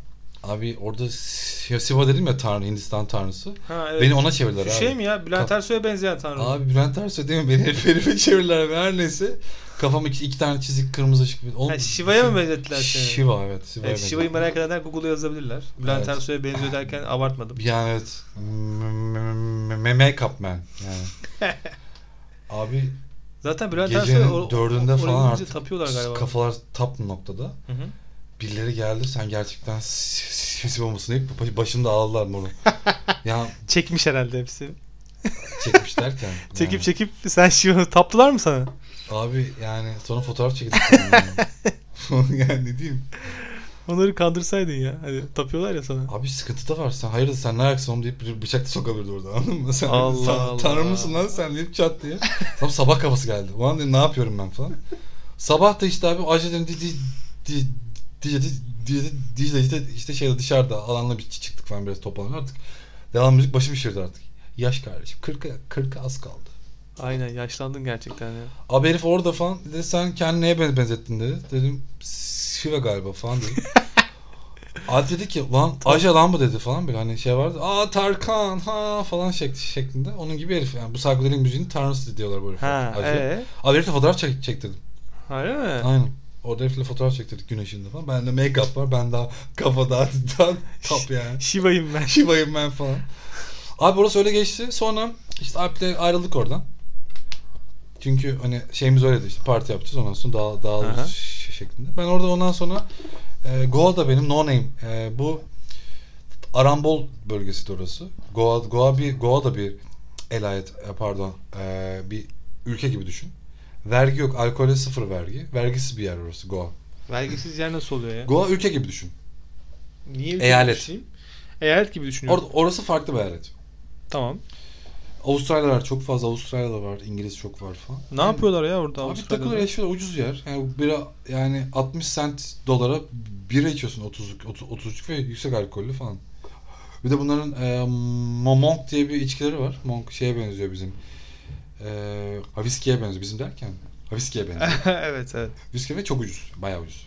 Speaker 2: Abi orada Si- Siva dedim ya tanrı, Hindistan tanrısı.
Speaker 1: Ha, evet.
Speaker 2: Beni ona çevirdiler
Speaker 1: Şu
Speaker 2: abi.
Speaker 1: şey mi ya? Bülent
Speaker 2: Ka-
Speaker 1: Ersoy'a benzeyen tanrı.
Speaker 2: Abi Bülent Ersoy değil mi? Beni herif herife çevirdiler abi, her neyse. Kafama iki, iki tane çizik kırmızı ışık. Oğlum,
Speaker 1: Ha, Shiva'ya mı benzettiler seni?
Speaker 2: Shiva evet. Shiva'ya
Speaker 1: Evet, Shiva'yı
Speaker 2: benzettiler.
Speaker 1: merak edenler Google'a yazabilirler. Bülent
Speaker 2: Evet.
Speaker 1: Ersoy'a benziyor derken abartmadım.
Speaker 2: Yani evet. M- m- m- Make-up man. Yani. Abi
Speaker 1: Zaten Bülent Ersoy
Speaker 2: gecenin
Speaker 1: or-
Speaker 2: dördünde
Speaker 1: oraya
Speaker 2: falan
Speaker 1: gidince
Speaker 2: artık
Speaker 1: tapıyorlar galiba.
Speaker 2: kafalar tap noktada.
Speaker 1: Hı hı.
Speaker 2: Birileri geldi sen gerçekten sesi bombası deyip baş- başımda ağladılar moru. ya
Speaker 1: Çekmiş herhalde hepsi.
Speaker 2: çekmiş derken.
Speaker 1: Çekip
Speaker 2: yani.
Speaker 1: çekip sen Shiva'yı taptılar mı sana?
Speaker 2: Abi yani sonra fotoğraf çekildi. yani. yani ne diyeyim.
Speaker 1: Onları kandırsaydın ya. Hani tapıyorlar ya sana.
Speaker 2: Abi sıkıntı da var. Sen hayırdır sen ne ayaksın oğlum deyip bir bıçak da sokabilirdi orada anladın mı? Sen,
Speaker 1: Allah
Speaker 2: sen
Speaker 1: Allah.
Speaker 2: tanrı mısın lan sen deyip çat diye. Tam sabah kafası geldi. Ulan dedim ne yapıyorum ben falan. Sabah da işte abi acilin di di di di di di di di işte, işte şeyde dışarıda alanla bir çı- çıktık falan biraz toplandık artık. Devam müzik başım şişirdi artık. Yaş kardeşim 40'a 40'a az kaldı.
Speaker 1: Aynen yaşlandın gerçekten ya.
Speaker 2: Abi herif orada falan dedi sen kendini neye ben- benzettin dedi. Dedim Şiva galiba falan dedim. Abi dedi ki lan Aja lan bu dedi falan böyle hani şey vardı. Aa Tarkan ha falan şekli, şeklinde. Onun gibi herif yani bu psychedelic müziğin tanrısı diyorlar böyle.
Speaker 1: Ha,
Speaker 2: Aja.
Speaker 1: ee?
Speaker 2: Abi herifle fotoğraf çek, çektirdim.
Speaker 1: Öyle mi?
Speaker 2: Aynen. Orada herifle fotoğraf çektirdik gün ışığında falan. Bende make-up var. Ben daha kafa daha, daha top yani.
Speaker 1: Shiva'yım ben.
Speaker 2: Şivayım ben falan. Abi orası öyle geçti. Sonra işte Alp'le ayrıldık oradan. Çünkü hani şeyimiz öyleydi işte parti yapacağız ondan sonra daha
Speaker 1: Aha.
Speaker 2: dağılırız ş- şeklinde. Ben orada ondan sonra e, Goa da benim no name e, bu Arambol bölgesi de orası. Goa, Goa bir Goa da bir elayet e, pardon e, bir ülke gibi düşün. Vergi yok. Alkole sıfır vergi. Vergisiz bir yer orası Goa.
Speaker 1: Vergisiz yer nasıl oluyor ya?
Speaker 2: Goa ülke gibi düşün.
Speaker 1: Niye ülke
Speaker 2: Eyalet.
Speaker 1: gibi düşüneyim? Eyalet gibi düşünüyorum.
Speaker 2: Or- orası farklı bir eyalet.
Speaker 1: tamam.
Speaker 2: Avustralya var çok fazla Avustralya var İngiliz çok var falan.
Speaker 1: Ne yapıyorlar ya orada
Speaker 2: Abi
Speaker 1: Avustralya'da?
Speaker 2: takılır yaşıyorlar ucuz yer. Yani bira yani 60 sent dolara bira içiyorsun 30'luk 30, 30'luk ve yüksek alkollü falan. Bir de bunların e, Mo- Monk diye bir içkileri var. Monk şeye benziyor bizim. E, ha, viskiye benziyor bizim derken. ha, Viskiye
Speaker 1: Eh.
Speaker 2: benziyor.
Speaker 1: evet evet.
Speaker 2: Viski ve çok ucuz. Bayağı ucuz.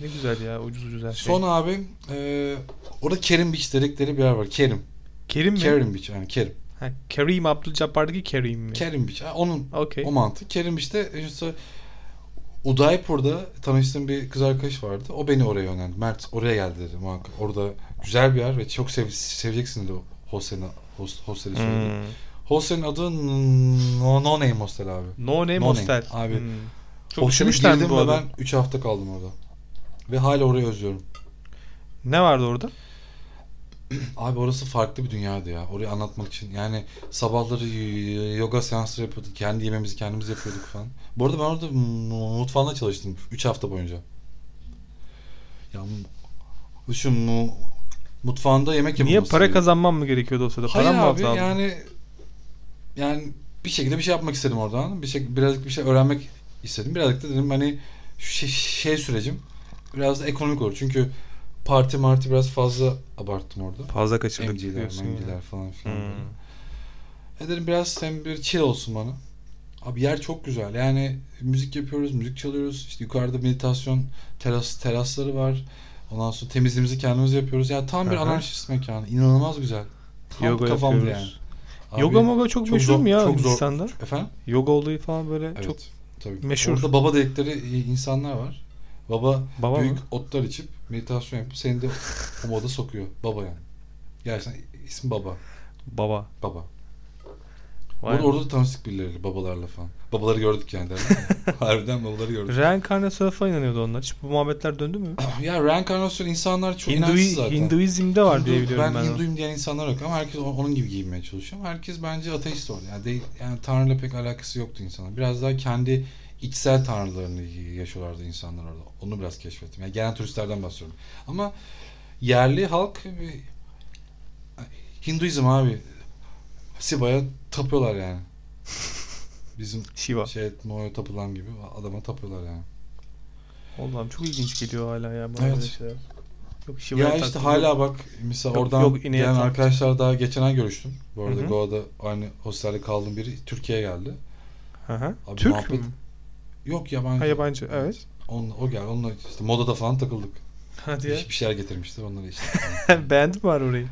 Speaker 1: Ne güzel ya ucuz ucuz her şey.
Speaker 2: Son abi e, orada Kerim Beach dedikleri bir yer var. Kerim.
Speaker 1: Kerim mi?
Speaker 2: Kerim Beach yani Kerim.
Speaker 1: Ha, Kerim Abdülcabbar'daki Kerim mi?
Speaker 2: Kerim Beach. Ha, onun
Speaker 1: Okey.
Speaker 2: O mantık. Kerim işte işte Udaypur'da tanıştığım bir kız arkadaş vardı. O beni oraya yöneldi. Mert oraya geldi dedi muhakkak. Orada güzel bir yer ve çok sev seveceksin dedi o hostelin, host, hosteli söyledi.
Speaker 1: Hmm.
Speaker 2: Hostelin adı n- No, no Name Hostel abi.
Speaker 1: No Name
Speaker 2: No
Speaker 1: Hostel.
Speaker 2: Name, abi.
Speaker 1: Hmm. Çok
Speaker 2: Hostele
Speaker 1: düşünmüşler mi
Speaker 2: girdim
Speaker 1: bu
Speaker 2: ve
Speaker 1: adı?
Speaker 2: Ben 3 hafta kaldım orada. Ve hala orayı özlüyorum.
Speaker 1: Ne vardı orada?
Speaker 2: Abi orası farklı bir dünyaydı ya. Orayı anlatmak için. Yani sabahları y- yoga seansları yapıyorduk. Kendi yemeğimizi kendimiz yapıyorduk falan. Bu arada ben orada mu- mutfağında çalıştım. 3 hafta boyunca. Ya mu- şu mu- mutfağında yemek
Speaker 1: Niye
Speaker 2: yapılması
Speaker 1: para
Speaker 2: gerekiyor.
Speaker 1: kazanmam mı gerekiyordu o sırada?
Speaker 2: Hayır
Speaker 1: Param mı
Speaker 2: abi
Speaker 1: aldı?
Speaker 2: yani yani bir şekilde bir şey yapmak istedim oradan. Bir şey birazcık bir şey öğrenmek istedim. Birazcık da dedim hani şu şey, şey sürecim biraz da ekonomik olur. Çünkü parti marti biraz fazla abarttım orada.
Speaker 1: Fazla kaçırdık
Speaker 2: MC'ler,
Speaker 1: diyorsun ya.
Speaker 2: MC'ler falan filan.
Speaker 1: Hmm.
Speaker 2: böyle. E dedim biraz hem bir chill olsun bana. Abi yer çok güzel. Yani müzik yapıyoruz, müzik çalıyoruz. İşte yukarıda meditasyon teras terasları var. Ondan sonra temizliğimizi kendimiz yapıyoruz. Ya tam bir
Speaker 1: Aha.
Speaker 2: anarşist mekan. İnanılmaz güzel. Tam
Speaker 1: Yoga
Speaker 2: kafamda
Speaker 1: yapıyoruz.
Speaker 2: yani.
Speaker 1: Yoga
Speaker 2: Abi-
Speaker 1: moga çok,
Speaker 2: çok
Speaker 1: meşhur
Speaker 2: zor-
Speaker 1: mu ya
Speaker 2: çok zor.
Speaker 1: Hindistan'da?
Speaker 2: Efendim?
Speaker 1: Yoga olayı falan böyle
Speaker 2: Evet.
Speaker 1: çok
Speaker 2: tabii.
Speaker 1: meşhur.
Speaker 2: Orada baba dedikleri insanlar var. Baba,
Speaker 1: Baba
Speaker 2: büyük
Speaker 1: mı?
Speaker 2: otlar içip meditasyon yapıp seni de o moda sokuyor. Baba yani. Gerçekten ismi baba.
Speaker 1: Baba.
Speaker 2: Baba.
Speaker 1: Vay
Speaker 2: Orada,
Speaker 1: be.
Speaker 2: orada da tanıştık birileriyle babalarla falan. Babaları gördük yani derler. Harbiden babaları gördük.
Speaker 1: Reenkarnasyona falan inanıyordu onlar. Hiç bu muhabbetler döndü mü?
Speaker 2: ya reenkarnasyon insanlar çok
Speaker 1: Hindu,
Speaker 2: inançsız zaten.
Speaker 1: Hinduizm'de var diye
Speaker 2: Hindu-
Speaker 1: biliyorum ben.
Speaker 2: ben.
Speaker 1: onu.
Speaker 2: Hinduyum diyen insanlar yok ama herkes o- onun gibi giyinmeye çalışıyor. Ama Herkes bence ateist orada. Yani, değil, yani Tanrı'yla pek alakası yoktu insanlar. Biraz daha kendi içsel tanrılarını yaşıyorlardı insanlar orada. Onu biraz keşfettim. Yani genel turistlerden bahsediyorum. Ama yerli halk bir- Hinduizm abi. Siba'ya tapıyorlar yani. Bizim
Speaker 1: Shiva.
Speaker 2: şey Moya tapılan gibi adama tapıyorlar yani.
Speaker 1: Allah'ım çok ilginç geliyor hala ya. Bana
Speaker 2: Evet.
Speaker 1: böyle şeyler. Yok, Shiva'ya
Speaker 2: Ya işte
Speaker 1: taktım.
Speaker 2: hala bak mesela
Speaker 1: Yok,
Speaker 2: oradan
Speaker 1: yok, ineğe
Speaker 2: gelen
Speaker 1: tak-
Speaker 2: arkadaşlar daha geçen ay görüştüm. Bu arada
Speaker 1: Hı hı.
Speaker 2: Goa'da aynı hostelde kaldığım biri Türkiye'ye geldi.
Speaker 1: Hı hı.
Speaker 2: Abi
Speaker 1: Türk
Speaker 2: muhabbet-
Speaker 1: mü?
Speaker 2: Yok yabancı.
Speaker 1: Ha yabancı evet.
Speaker 2: Onunla, o gel onunla işte modada falan takıldık.
Speaker 1: Hadi ya.
Speaker 2: Bir, bir şeyler getirmişler onları işte.
Speaker 1: Beğendi mi var orayı?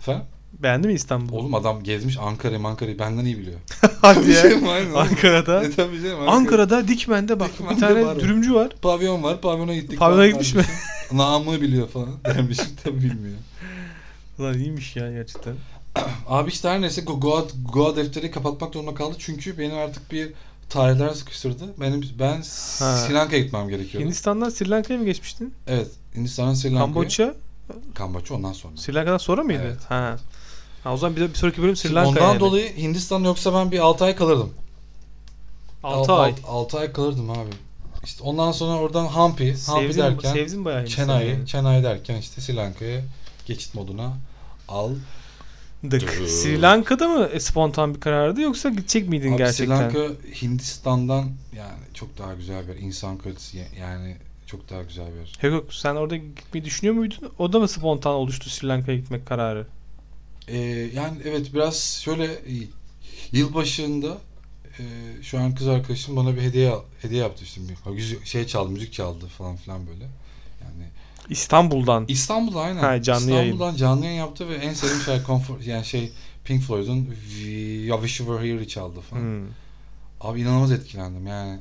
Speaker 2: Efendim?
Speaker 1: Beğendi mi İstanbul'u?
Speaker 2: Oğlum adam gezmiş Ankara'yı Ankara'yı benden iyi biliyor. şey
Speaker 1: Hadi ya.
Speaker 2: Tabii canım, aynen.
Speaker 1: Ankara'da.
Speaker 2: E, tabii canım, Ankara.
Speaker 1: Ankara'da Dikmen'de bak
Speaker 2: Dikmen'de
Speaker 1: bir tane
Speaker 2: var.
Speaker 1: dürümcü var.
Speaker 2: Pavyon var pavyona gittik.
Speaker 1: Pavyona
Speaker 2: falan
Speaker 1: gitmiş mi?
Speaker 2: kardeşim. Namı biliyor falan dermişim tabii bilmiyor.
Speaker 1: Lan iyiymiş ya gerçekten.
Speaker 2: Abi işte her neyse Go- Goa, Goa defteri kapatmak zorunda kaldı. Çünkü beni artık bir tarihler sıkıştırdı. Benim ben S-
Speaker 1: Ha.
Speaker 2: Sri Lanka'ya gitmem gerekiyordu.
Speaker 1: Hindistan'dan Sri Lanka'ya mı geçmiştin?
Speaker 2: evet. Hindistan'dan Sri Lanka'ya.
Speaker 1: Kamboçya?
Speaker 2: Kamboçya ondan sonra.
Speaker 1: Sri Lanka'dan sonra mıydı?
Speaker 2: Evet.
Speaker 1: Ha. ha. O zaman bir, bir sonraki bölüm Sri
Speaker 2: Şimdi
Speaker 1: Lanka'ya.
Speaker 2: ondan dolayı Hindistan yoksa ben bir 6 ay kalırdım.
Speaker 1: 6 ay.
Speaker 2: 6 ay kalırdım abi. İşte ondan sonra oradan Hampi, Hampi
Speaker 1: Sevdin,
Speaker 2: derken
Speaker 1: sevdin bayağı Hindistan'ı
Speaker 2: Chennai,
Speaker 1: yani.
Speaker 2: Chennai derken işte Sri Lanka'ya geçit moduna al.
Speaker 1: Dık. Sri Lanka'da mı e, spontan bir karardı yoksa gidecek miydin
Speaker 2: Abi
Speaker 1: gerçekten?
Speaker 2: Sri Lanka Hindistan'dan yani çok daha güzel bir yer. insan kalitesi ya- yani çok daha güzel bir yer.
Speaker 1: Yok yok sen orada gitmeyi düşünüyor muydun? O da mı spontan oluştu Sri Lanka'ya gitmek kararı?
Speaker 2: Ee, yani evet biraz şöyle e, yılbaşında e, şu an kız arkadaşım bana bir hediye al- hediye yaptı işte bir güzel- şey çaldı müzik çaldı falan filan böyle. Yani
Speaker 1: İstanbul'dan.
Speaker 2: İstanbul'da aynen.
Speaker 1: Ha, canlı yayın.
Speaker 2: İstanbul'dan canlı yayın yaptı ve en sevdiğim şey comfort yani şey Pink Floyd'un We- I Wish You Were Here'ı çaldı falan.
Speaker 1: Hmm.
Speaker 2: Abi inanılmaz etkilendim yani.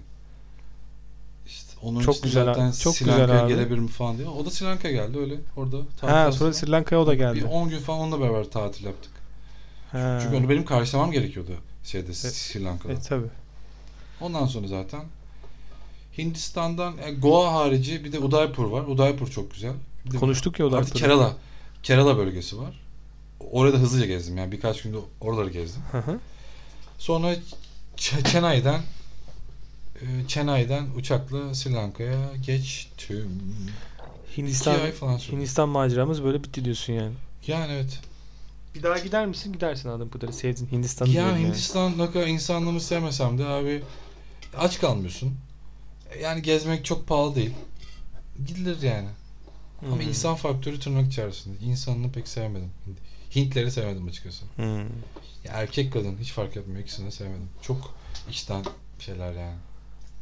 Speaker 2: İşte onun
Speaker 1: Çok
Speaker 2: için
Speaker 1: güzel abi,
Speaker 2: zaten
Speaker 1: çok
Speaker 2: Sri
Speaker 1: güzel
Speaker 2: Lanka'ya
Speaker 1: abi.
Speaker 2: gelebilir mi falan diye. O da Sri Lanka'ya geldi öyle orada.
Speaker 1: Ha
Speaker 2: tatil
Speaker 1: sonra
Speaker 2: aslında.
Speaker 1: Sri Lanka'ya o da geldi.
Speaker 2: Bir 10 gün falan onunla beraber tatil yaptık.
Speaker 1: Ha.
Speaker 2: Çünkü onu benim karşılamam gerekiyordu şeyde Sri Lanka'da.
Speaker 1: E tabi.
Speaker 2: Ondan sonra zaten Hindistan'dan e, Goa harici bir de Udaipur var. Udaipur çok güzel. Bir de
Speaker 1: Konuştuk ya o da.
Speaker 2: Artık Kerala. Kerala bölgesi var. Orada hızlıca gezdim yani birkaç günde oraları gezdim.
Speaker 1: Hı hı.
Speaker 2: Sonra Ç- Chennai'den e, Chennai'den uçakla Sri Lanka'ya geçtim.
Speaker 1: Hindistan,
Speaker 2: İki ay falan sürdü.
Speaker 1: Hindistan maceramız böyle bitti diyorsun yani.
Speaker 2: Yani evet.
Speaker 1: Bir daha gider misin? Gidersin adam kadarı. Sevdin Hindistan'ı
Speaker 2: Ya
Speaker 1: diyorum
Speaker 2: Hindistan ne kadar insanlığını sevmesem de abi aç kalmıyorsun. Yani gezmek çok pahalı değil. Gidilir yani.
Speaker 1: yani.
Speaker 2: Ama insan faktörü tırnak içerisinde. İnsanını pek sevmedim. Hintleri sevmedim açıkçası.
Speaker 1: Hmm.
Speaker 2: Ya erkek kadın hiç fark etmiyor. İkisini de sevmedim. Çok içten şeyler yani.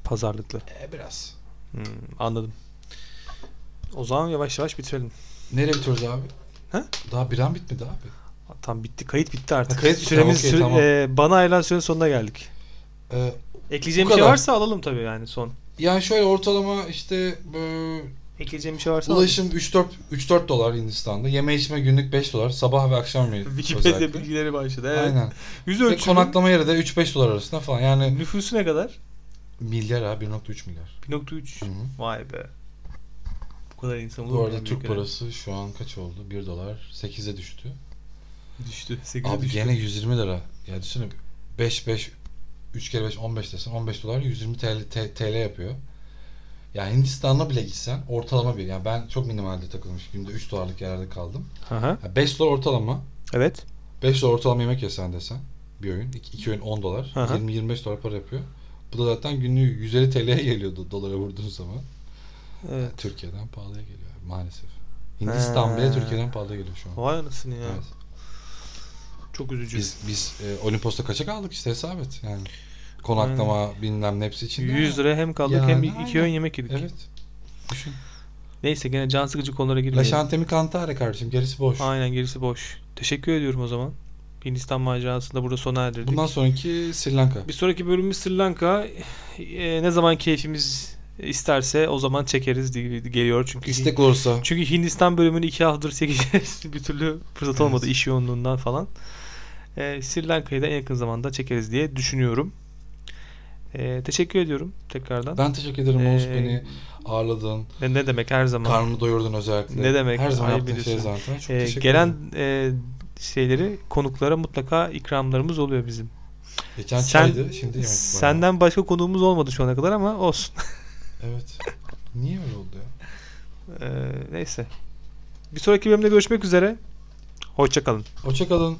Speaker 1: Pazarlıklı.
Speaker 2: E biraz.
Speaker 1: Hmm, Anladım. O zaman yavaş yavaş bitirelim.
Speaker 2: Nereye bitiyoruz abi?
Speaker 1: Ha?
Speaker 2: Daha bir an bitmedi abi.
Speaker 1: Tam bitti. Kayıt bitti artık.
Speaker 2: Ha, kayıt bitti,
Speaker 1: Süremiz
Speaker 2: okey,
Speaker 1: süre-
Speaker 2: tamam.
Speaker 1: e, bana ayrılan sürenin sonuna geldik.
Speaker 2: Ee,
Speaker 1: Ekleyeceğim
Speaker 2: Bu
Speaker 1: bir şey
Speaker 2: kadar.
Speaker 1: varsa alalım tabii yani son.
Speaker 2: yani şöyle ortalama işte böyle
Speaker 1: Ekleyeceğim bir şey varsa
Speaker 2: ulaşım 3-4 3-4 dolar Hindistan'da. Yeme içme günlük 5 dolar. Sabah ve akşam yemeği.
Speaker 1: alalım. Wikipedia
Speaker 2: özellikle.
Speaker 1: bilgileri başladı. Evet.
Speaker 2: Aynen.
Speaker 1: Yüz
Speaker 2: Ve
Speaker 1: ölçümü.
Speaker 2: konaklama yeri de 3-5 dolar arasında falan. Yani
Speaker 1: Nüfusu ne kadar?
Speaker 2: milyar abi 1.3 milyar.
Speaker 1: 1.3.
Speaker 2: Hı hı.
Speaker 1: Vay be. Bu kadar insan olur
Speaker 2: Bu
Speaker 1: mu
Speaker 2: arada
Speaker 1: ya
Speaker 2: Türk
Speaker 1: ülkede?
Speaker 2: parası şu an kaç oldu? 1 dolar 8'e düştü.
Speaker 1: Düştü. 8'e
Speaker 2: Abi
Speaker 1: düştü.
Speaker 2: gene 120 lira. Ya düşünün 5 5 3 kere 5 15 desen 15 dolar 120 TL, T- TL yapıyor. Ya Hindistan'a bile gitsen ortalama bir. Yani ben çok minimalde takılmış. Günde 3 dolarlık yerlerde kaldım.
Speaker 1: Hı hı.
Speaker 2: Ya 5 dolar ortalama.
Speaker 1: Evet.
Speaker 2: 5 dolar ortalama yemek yesen desen bir öğün. 2 öğün 10 dolar.
Speaker 1: Hı hı.
Speaker 2: 20-25 dolar para yapıyor. Bu da zaten günlüğü 150 TL'ye geliyordu dolara vurduğun zaman.
Speaker 1: Evet.
Speaker 2: Türkiye'den pahalıya geliyor maalesef. Hindistan bile
Speaker 1: Ha.
Speaker 2: Türkiye'den pahalıya geliyor şu an.
Speaker 1: Vay anasını ya.
Speaker 2: Evet.
Speaker 1: Çok üzücü.
Speaker 2: Biz biz e, Olimpos'ta kaça kaldık işte hesap et yani. Konaklama bilmem ne hepsi için.
Speaker 1: 100 liraya hem kaldık
Speaker 2: Yani
Speaker 1: hem iki
Speaker 2: aynen.
Speaker 1: öğün yemek yedik.
Speaker 2: Evet. Düşün.
Speaker 1: Neyse gene can sıkıcı konulara girmeyelim.
Speaker 2: Leşantemi Kantare kardeşim gerisi boş.
Speaker 1: Aynen gerisi boş. Teşekkür ediyorum o zaman. Hindistan macerasını da burada sona erdirdik.
Speaker 2: Bundan sonraki Sri Lanka.
Speaker 1: Bir sonraki bölümümüz Sri Lanka. Ee, ne zaman keyfimiz isterse o zaman çekeriz diye geliyor çünkü.
Speaker 2: İstek olursa.
Speaker 1: Çünkü Hindistan bölümünü iki haftadır çekeceğiz. bir türlü fırsat olmadı iş yoğunluğundan falan. E, Sri Lanka'yı da en yakın zamanda çekeriz diye düşünüyorum. E, teşekkür ediyorum tekrardan.
Speaker 2: Ben teşekkür ederim Oğuz
Speaker 1: Ee,
Speaker 2: beni ağırladın.
Speaker 1: Ne, ne demek her zaman.
Speaker 2: Karnımı doyurdun özellikle.
Speaker 1: Ne demek,
Speaker 2: Her zaman
Speaker 1: ayıp
Speaker 2: yaptığın şey
Speaker 1: ediyorsun.
Speaker 2: zaten. Çok
Speaker 1: E,
Speaker 2: teşekkür
Speaker 1: gelen
Speaker 2: ederim.
Speaker 1: e, şeyleri konuklara mutlaka ikramlarımız oluyor bizim.
Speaker 2: Geçen
Speaker 1: sen-
Speaker 2: çaydı, şimdi yemek.
Speaker 1: Senden başka konuğumuz olmadı şu ana kadar ama olsun.
Speaker 2: bayağı. Evet. Niye öyle oldu ya?
Speaker 1: E, neyse. Bir sonraki bölümde görüşmek üzere. Hoşçakalın.
Speaker 2: Hoşçakalın.